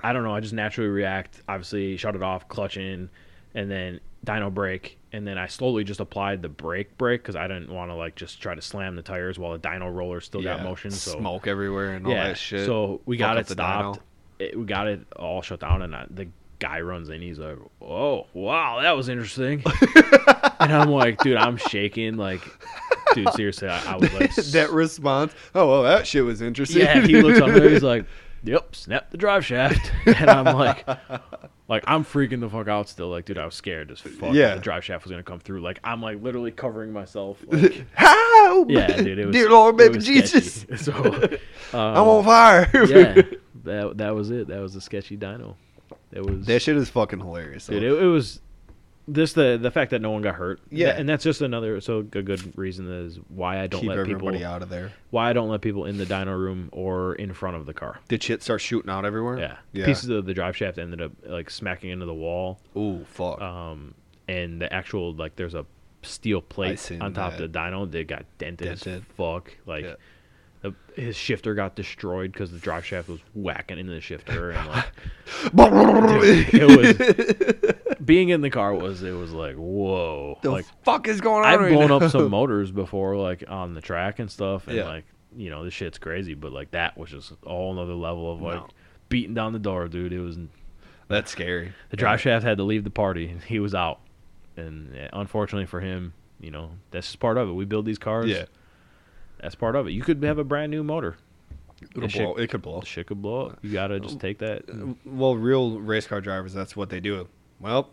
[SPEAKER 2] I don't know. I just naturally react. Obviously, shut it off, clutch in, and then dyno brake, and then I slowly just applied the brake brake because I didn't want to like just try to slam the tires while the dyno roller still got
[SPEAKER 1] Yeah,
[SPEAKER 2] motion. So
[SPEAKER 1] smoke everywhere and all that shit.
[SPEAKER 2] so we
[SPEAKER 1] Fuck
[SPEAKER 2] got
[SPEAKER 1] up
[SPEAKER 2] it
[SPEAKER 1] the
[SPEAKER 2] stopped.
[SPEAKER 1] dyno.
[SPEAKER 2] It, we got it all shut down, and I, the guy runs in. He's like, "Oh, wow, that was
[SPEAKER 1] [LAUGHS]
[SPEAKER 2] interesting." and I'm like, "Dude, I'm shaking." Like, dude, seriously, I, I was
[SPEAKER 1] [LAUGHS]
[SPEAKER 2] like,
[SPEAKER 1] that response. Oh well, that shit was interesting.
[SPEAKER 2] yeah, he looks
[SPEAKER 1] [LAUGHS]
[SPEAKER 2] up there. He's like, "Yep, snap the drive shaft," and I'm like, "Like I'm freaking the fuck out still." Like, dude, I was scared as fuck. that
[SPEAKER 1] Yeah.
[SPEAKER 2] the drive shaft was gonna come through. Like, I'm like literally covering myself.
[SPEAKER 1] [LAUGHS]
[SPEAKER 2] Like,
[SPEAKER 1] How?
[SPEAKER 2] yeah, dude, it was.
[SPEAKER 1] Dear Lord,
[SPEAKER 2] it
[SPEAKER 1] baby
[SPEAKER 2] was
[SPEAKER 1] Jesus,
[SPEAKER 2] sketchy. [LAUGHS] So,
[SPEAKER 1] [LAUGHS]
[SPEAKER 2] um,
[SPEAKER 1] I'm on fire. [LAUGHS]
[SPEAKER 2] yeah, that that was it. That was the sketchy dino. That was
[SPEAKER 1] that shit is fucking hilarious. though.
[SPEAKER 2] dude. It, it was this the the fact that no one got hurt.
[SPEAKER 1] Yeah.
[SPEAKER 2] and that's just another so a good reason is why I don't
[SPEAKER 1] Keep
[SPEAKER 2] let
[SPEAKER 1] everybody
[SPEAKER 2] people
[SPEAKER 1] out of there.
[SPEAKER 2] why I don't let people in the dyno room or in front of the car.
[SPEAKER 1] Did shit start shooting out everywhere?
[SPEAKER 2] Yeah.
[SPEAKER 1] Yeah.
[SPEAKER 2] Pieces of the drive shaft ended up like smacking into the wall.
[SPEAKER 1] Ooh, fuck.
[SPEAKER 2] [LAUGHS] Um, and the actual like there's a steel plate
[SPEAKER 1] seen
[SPEAKER 2] on top
[SPEAKER 1] that.
[SPEAKER 2] of the dyno that got dented, as
[SPEAKER 1] Dented.
[SPEAKER 2] fuck. Like
[SPEAKER 1] Yeah.
[SPEAKER 2] the, his shifter got destroyed because the drive shaft was whacking into the shifter
[SPEAKER 1] [LAUGHS]
[SPEAKER 2] and like [LAUGHS] it was being in the car was it was like whoa
[SPEAKER 1] the
[SPEAKER 2] [LAUGHS] like
[SPEAKER 1] fuck is going on?
[SPEAKER 2] I've
[SPEAKER 1] right
[SPEAKER 2] blown
[SPEAKER 1] now? [LAUGHS]
[SPEAKER 2] up some motors before, like on the track and stuff, and
[SPEAKER 1] Yeah.
[SPEAKER 2] like you know this shit's crazy, but like that was just a whole another level of like
[SPEAKER 1] No.
[SPEAKER 2] beating down the door, dude. It was the
[SPEAKER 1] That's scary.
[SPEAKER 2] drive shaft had to leave the party, and he was out, and yeah, unfortunately for him, you know that's just part of it. We build these cars,
[SPEAKER 1] Yeah.
[SPEAKER 2] that's part of it. You could have a brand new motor,
[SPEAKER 1] It'll
[SPEAKER 2] That shit-
[SPEAKER 1] blow. It could blow.
[SPEAKER 2] shit could blow up. You gotta
[SPEAKER 1] Oh.
[SPEAKER 2] just take that. and-
[SPEAKER 1] Well, real race car drivers, that's what they do. Well,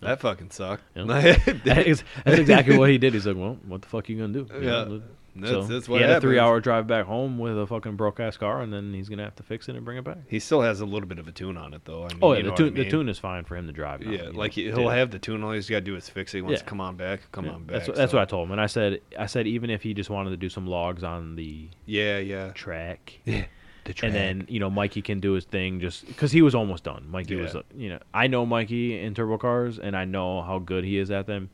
[SPEAKER 1] that fucking sucked.
[SPEAKER 2] Yeah.
[SPEAKER 1] [LAUGHS]
[SPEAKER 2] That is- that's exactly what he did. He's like, well, what the fuck you gonna do? You
[SPEAKER 1] Yeah.
[SPEAKER 2] know,
[SPEAKER 1] That's- that's what
[SPEAKER 2] he had a
[SPEAKER 1] happens.
[SPEAKER 2] three-hour drive back home with a fucking broke-ass car, and then he's gonna have to fix it and bring it back.
[SPEAKER 1] He still has a little bit of a tune on it, though. I mean,
[SPEAKER 2] Oh yeah,
[SPEAKER 1] you know
[SPEAKER 2] the
[SPEAKER 1] what I
[SPEAKER 2] tune the
[SPEAKER 1] mean?
[SPEAKER 2] tune is fine for him to drive. Now,
[SPEAKER 1] Yeah,
[SPEAKER 2] you
[SPEAKER 1] like
[SPEAKER 2] know?
[SPEAKER 1] he- he'll
[SPEAKER 2] Yeah.
[SPEAKER 1] have the tune. All he's got to do is fix it. He wants to
[SPEAKER 2] Yeah.
[SPEAKER 1] come on back. Come
[SPEAKER 2] Yeah.
[SPEAKER 1] on back.
[SPEAKER 2] That's, what- that's
[SPEAKER 1] so-
[SPEAKER 2] what I told him, and I said I said even if he just wanted to do some logs on the
[SPEAKER 1] Yeah, yeah. [LAUGHS]
[SPEAKER 2] track,
[SPEAKER 1] The track.
[SPEAKER 2] and then you know Mikey can do his thing just because he was almost done. Mikey was
[SPEAKER 1] Yeah.
[SPEAKER 2] uh, you know I know Mikey in turbo cars, and I know how good he is at them.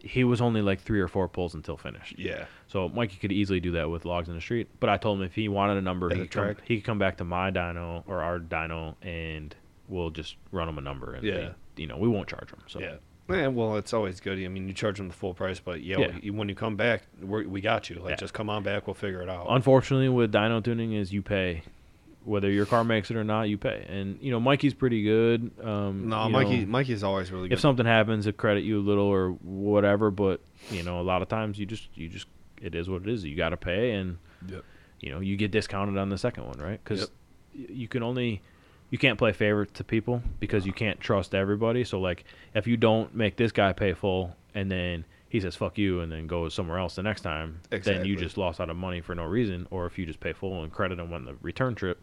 [SPEAKER 2] He was only like three or four pulls until finished.
[SPEAKER 1] yeah,
[SPEAKER 2] So Mikey could easily do that with logs in the street. But I told him if he wanted a number,
[SPEAKER 1] Like
[SPEAKER 2] he
[SPEAKER 1] a
[SPEAKER 2] could, come,
[SPEAKER 1] track?
[SPEAKER 2] he could come back to my dyno or our dyno, and we'll just run him a number. And
[SPEAKER 1] Yeah.
[SPEAKER 2] he- you know, we won't charge him. So
[SPEAKER 1] yeah. Yeah, well, it's always good. I mean, you charge them the full price, but yeah,
[SPEAKER 2] Yeah.
[SPEAKER 1] you- when you come back, we're, we got you. Like,
[SPEAKER 2] Yeah.
[SPEAKER 1] just come on back. We'll figure it out.
[SPEAKER 2] unfortunately, with dyno tuning, is you pay. Whether your car makes it or not, you pay. And you know Mikey's pretty good. Um,
[SPEAKER 1] no,
[SPEAKER 2] you
[SPEAKER 1] Mikey,
[SPEAKER 2] know,
[SPEAKER 1] Mikey's always really
[SPEAKER 2] if
[SPEAKER 1] good.
[SPEAKER 2] something happens, it credit you a little or whatever. But you know, a lot of times you just you just it is what it is. You got to pay, and
[SPEAKER 1] Yep.
[SPEAKER 2] you know you get discounted on the second one, right? Because
[SPEAKER 1] Yep.
[SPEAKER 2] you can only you can't play favorite to people because you can't trust everybody. So like if you don't make this guy pay full, and then he says fuck you, and then goes somewhere else the next time, then
[SPEAKER 1] Exactly.
[SPEAKER 2] you just lost out of money for no reason. Or if you just pay full and credit him on the return trip,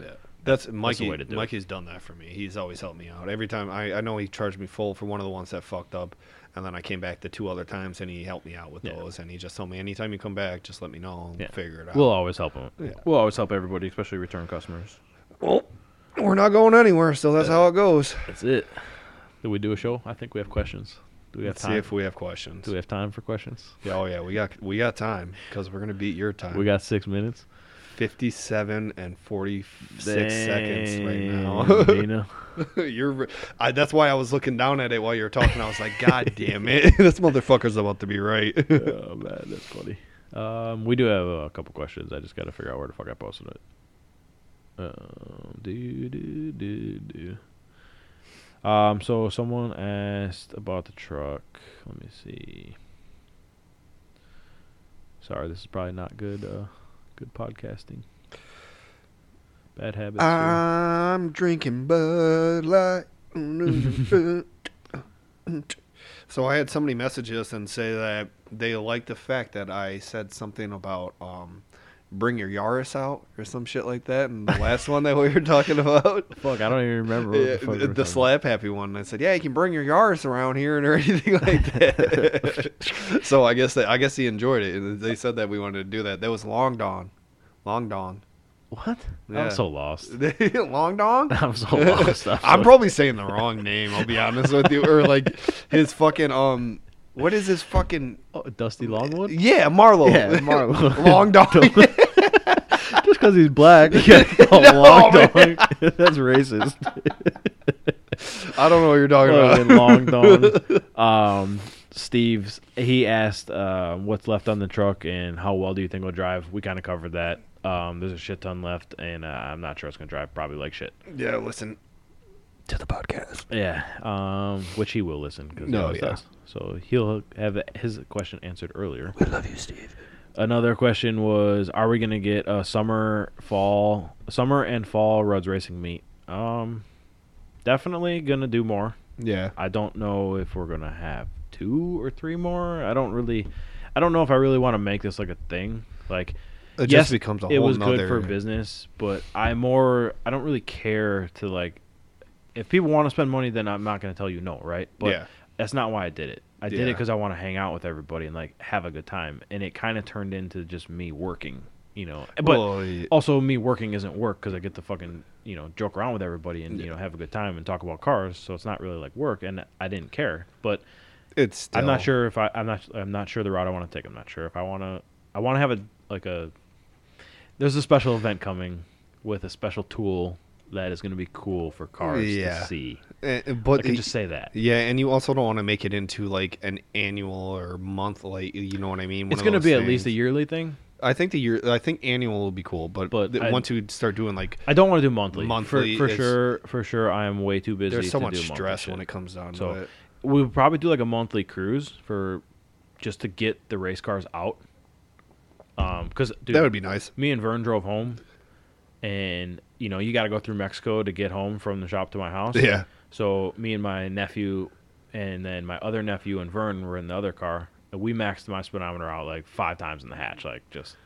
[SPEAKER 1] Yeah. That's Mikey.
[SPEAKER 2] way to do it.
[SPEAKER 1] Mikey's done that for me. He's always helped me out. Every time I, I know he charged me full for one of the ones that fucked up, and then I came back the two other times and he helped me out with
[SPEAKER 2] Yeah.
[SPEAKER 1] those. And he just told me anytime you come back, just let me know and
[SPEAKER 2] Yeah.
[SPEAKER 1] figure it out.
[SPEAKER 2] we'll always help him.
[SPEAKER 1] Yeah.
[SPEAKER 2] We'll always help everybody, especially return customers.
[SPEAKER 1] Well, we're not going anywhere, so that's how it goes.
[SPEAKER 2] That's it. Did we do a show? I think we have questions. Do we have
[SPEAKER 1] Let's
[SPEAKER 2] time?
[SPEAKER 1] see if we have questions.
[SPEAKER 2] do we have time for questions?
[SPEAKER 1] Yeah, oh yeah, we got we got time because we're gonna beat your time.
[SPEAKER 2] We got six minutes.
[SPEAKER 1] 57 and 46 seconds
[SPEAKER 2] Damn,
[SPEAKER 1] right
[SPEAKER 2] Dino.
[SPEAKER 1] now. [LAUGHS] you're re- I, that's why I was looking down at it while you were talking. I was like, God damn it, [LAUGHS] this motherfucker's about to be right.
[SPEAKER 2] oh man, that's funny. Um, we do have a couple questions. I just got to figure out where the fuck I posted it. Um, do do do do. Um, so someone asked about the truck. Let me see. Sorry, this is probably not good. Uh, good podcasting. Bad habits. here.
[SPEAKER 1] Uh, I'm drinking Bud Light. so I had somebody message us and say that they liked the fact that I said something about um, bring your Yaris out or some shit like that. And the last one that we were talking about.
[SPEAKER 2] Fuck, I don't even remember. What
[SPEAKER 1] Yeah,
[SPEAKER 2] the, fuck we
[SPEAKER 1] the,
[SPEAKER 2] were
[SPEAKER 1] the
[SPEAKER 2] talking
[SPEAKER 1] slap happy one. I said, "Yeah, you can bring your Yaris around here and [LAUGHS] or anything
[SPEAKER 2] [LAUGHS]
[SPEAKER 1] like that." [LAUGHS] so I guess that I guess he enjoyed it. And They said that we wanted to do that. That was Long Dawn, Long Dawn,
[SPEAKER 2] about. What?
[SPEAKER 1] Yeah.
[SPEAKER 2] I'm so lost.
[SPEAKER 1] [LAUGHS] Long
[SPEAKER 2] [LAUGHS]
[SPEAKER 1] Dawn.
[SPEAKER 2] I'm
[SPEAKER 1] [LAUGHS]
[SPEAKER 2] so lost. I'm,
[SPEAKER 1] I'm
[SPEAKER 2] so-
[SPEAKER 1] probably saying the wrong name. I'll be honest with you. Or like his fucking um, what is his fucking?
[SPEAKER 2] Oh, Dusty Longwood.
[SPEAKER 1] Yeah, Marlo.
[SPEAKER 2] [LAUGHS] Yeah, Marlo.
[SPEAKER 1] [LAUGHS] Long
[SPEAKER 2] [LAUGHS]
[SPEAKER 1] dog. [LAUGHS]
[SPEAKER 2] Just [LAUGHS] because he's black, you gotta call him
[SPEAKER 1] No,
[SPEAKER 2] long
[SPEAKER 1] [LAUGHS] man.
[SPEAKER 2] dog. That's racist.
[SPEAKER 1] I don't know what you're talking
[SPEAKER 2] Hello,
[SPEAKER 1] about.
[SPEAKER 2] in Long Dawn. Um, Steve's he asked uh, what's left on the truck and how well do you think it'll drive? We kind of covered that. Um, there's a shit ton left, and uh, I'm not sure it's gonna drive probably like shit.
[SPEAKER 1] [LAUGHS] yeah, listen to the podcast.
[SPEAKER 2] Yeah, um, which he will listen because
[SPEAKER 1] No,
[SPEAKER 2] no, he
[SPEAKER 1] yeah.
[SPEAKER 2] yeah. does. So he'll have his question answered earlier.
[SPEAKER 1] We love you, Steve.
[SPEAKER 2] Another question was, are we gonna get a summer, fall, summer and fall roads racing meet? Um, definitely gonna do more.
[SPEAKER 1] Yeah.
[SPEAKER 2] I don't know if we're gonna have two or three more. I don't really, I don't know if I really want to make this like a thing. Like,
[SPEAKER 1] It just
[SPEAKER 2] yes,
[SPEAKER 1] becomes a
[SPEAKER 2] it
[SPEAKER 1] whole
[SPEAKER 2] was
[SPEAKER 1] nother-
[SPEAKER 2] good for business, but I more, I don't really care to like, if people want to spend money, then I'm not gonna tell you no, right? But
[SPEAKER 1] Yeah.
[SPEAKER 2] that's not why I did it. I did it
[SPEAKER 1] Yeah.
[SPEAKER 2] because I want to hang out with everybody and like have a good time, and it kind of turned into just me working, you know. But
[SPEAKER 1] Well, y-
[SPEAKER 2] also me working isn't work because I get to fucking you know joke around with everybody and you know have a good time and talk about cars. So it's not really like work, and I didn't care. But
[SPEAKER 1] It's. Still,
[SPEAKER 2] I'm not sure if I I'm not I'm not sure the route I want to take. I'm not sure if I want to I want to have a like a there's a special event coming with a special tool that is going to be cool for cars
[SPEAKER 1] Yeah.
[SPEAKER 2] to see.
[SPEAKER 1] Eh, eh,
[SPEAKER 2] I
[SPEAKER 1] but
[SPEAKER 2] can
[SPEAKER 1] y-
[SPEAKER 2] just say that.
[SPEAKER 1] Yeah, and you also don't want to make it into like an annual or month, like you know what I mean. One
[SPEAKER 2] It's
[SPEAKER 1] of
[SPEAKER 2] going to
[SPEAKER 1] those
[SPEAKER 2] be at least a
[SPEAKER 1] things.
[SPEAKER 2] yearly thing.
[SPEAKER 1] I think the year. I think annual will be cool, but
[SPEAKER 2] But
[SPEAKER 1] th-
[SPEAKER 2] I-
[SPEAKER 1] once you start doing like,
[SPEAKER 2] I don't want to do monthly.
[SPEAKER 1] Monthly
[SPEAKER 2] for, for
[SPEAKER 1] is-
[SPEAKER 2] sure, for sure. I am way too busy.
[SPEAKER 1] there's so
[SPEAKER 2] to do
[SPEAKER 1] much
[SPEAKER 2] monthly
[SPEAKER 1] stress
[SPEAKER 2] shit.
[SPEAKER 1] when it comes down
[SPEAKER 2] So
[SPEAKER 1] to it.
[SPEAKER 2] we would probably do like a monthly cruise for just to get the race cars out. Um, because
[SPEAKER 1] that would be nice.
[SPEAKER 2] me and Vern drove home, and you know you got to go through Mexico to get home from the shop to my house.
[SPEAKER 1] Yeah.
[SPEAKER 2] So me and my nephew, and then my other nephew and Vern were in the other car. and We maxed my speedometer out like five times in the hatch, like just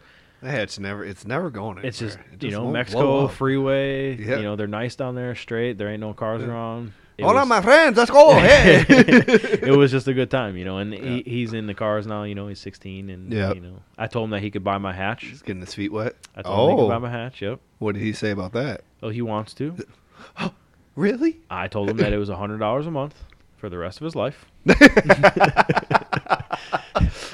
[SPEAKER 1] Yeah, it's never. It's never going. Anywhere.
[SPEAKER 2] it's just,
[SPEAKER 1] It
[SPEAKER 2] you know
[SPEAKER 1] won't blow
[SPEAKER 2] Mexico
[SPEAKER 1] up.
[SPEAKER 2] freeway.
[SPEAKER 1] Yeah.
[SPEAKER 2] You know they're nice down there, straight. There ain't no cars around. It
[SPEAKER 1] Hola,
[SPEAKER 2] was-
[SPEAKER 1] my friends. Let's
[SPEAKER 2] [LAUGHS]
[SPEAKER 1] go. Hey.
[SPEAKER 2] it was just a good time, you know. And he, he's in the cars now, you know. He's 16, and
[SPEAKER 1] Yep.
[SPEAKER 2] you know, I told him that he could buy my hatch.
[SPEAKER 1] He's getting his feet wet.
[SPEAKER 2] I told him he could buy
[SPEAKER 1] Oh,
[SPEAKER 2] my hatch. Yep.
[SPEAKER 1] what did he say about that?
[SPEAKER 2] Oh, he wants
[SPEAKER 1] [LAUGHS]
[SPEAKER 2] to.
[SPEAKER 1] Really?
[SPEAKER 2] I told him that it was hundred dollars a month for the rest of
[SPEAKER 1] [LAUGHS]
[SPEAKER 2] his life.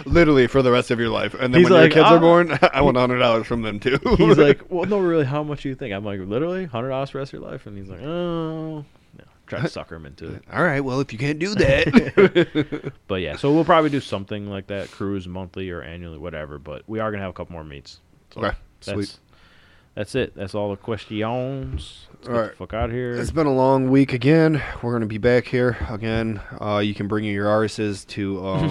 [SPEAKER 1] Literally for the rest of your life, and then
[SPEAKER 2] He's
[SPEAKER 1] when
[SPEAKER 2] like,
[SPEAKER 1] your kids are
[SPEAKER 2] "Ah."
[SPEAKER 1] born, [LAUGHS] I want hundred dollars from them too.
[SPEAKER 2] He's like, well, no, really, how much do you think? I'm like, literally, hundred dollars for the rest of your life. And he's like, oh, no,
[SPEAKER 1] [LAUGHS]
[SPEAKER 2] try to sucker him into it.
[SPEAKER 1] [LAUGHS] all right, well, if you can't do
[SPEAKER 2] [LAUGHS]
[SPEAKER 1] that, [LAUGHS]
[SPEAKER 2] But yeah, so we'll probably do something like that, cruise monthly or annually, whatever. But we are gonna have a couple more meets. So
[SPEAKER 1] Okay,
[SPEAKER 2] that's,
[SPEAKER 1] sweet.
[SPEAKER 2] That's it. That's all the questions. Let's
[SPEAKER 1] All
[SPEAKER 2] get
[SPEAKER 1] right.
[SPEAKER 2] the fuck out of here.
[SPEAKER 1] It's been a long week again. We're going to be back here again. Uh, you can bring your RSs to um,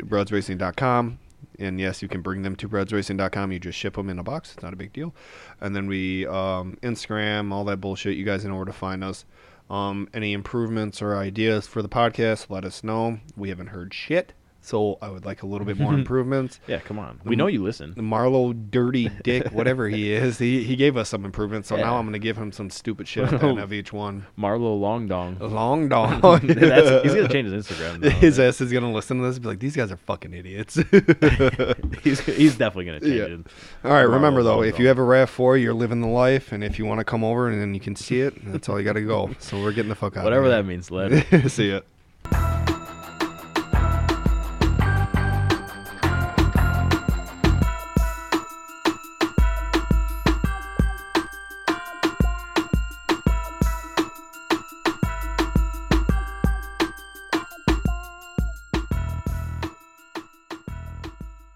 [SPEAKER 1] BrudsRacing.com. And yes, you can bring them to BrudsRacing.com. You just ship them in a box. It's not a big deal. And then we um, Instagram, all that bullshit. You guys know where to find us. Um, any improvements or ideas for the podcast, let us know. We haven't heard shit. So I would like a little bit more improvements.
[SPEAKER 2] Yeah, come on. We know you listen.
[SPEAKER 1] Marlo Dirty Dick, whatever he is, he, he gave us some improvements. So now
[SPEAKER 2] Yeah.
[SPEAKER 1] I'm going to give him some stupid shit at the end of each one.
[SPEAKER 2] Marlo Long Dong.
[SPEAKER 1] Long dog.
[SPEAKER 2] [LAUGHS] That's,
[SPEAKER 1] [LAUGHS]
[SPEAKER 2] he's gonna change his Instagram. now.
[SPEAKER 1] His ass is gonna listen to this and be like, "These guys are fucking
[SPEAKER 2] [LAUGHS]
[SPEAKER 1] idiots." [LAUGHS]
[SPEAKER 2] he's, he's definitely gonna change
[SPEAKER 1] Yeah.
[SPEAKER 2] it.
[SPEAKER 1] all right, remember
[SPEAKER 2] Long
[SPEAKER 1] though,
[SPEAKER 2] dong.
[SPEAKER 1] if you have a Rav Four, you're living the life, and if you want to come over and then you can see it, that's all you got to go. So we're getting the fuck out.
[SPEAKER 2] Whatever
[SPEAKER 1] of [LAUGHS]
[SPEAKER 2] that means. Later.
[SPEAKER 1] that. see it.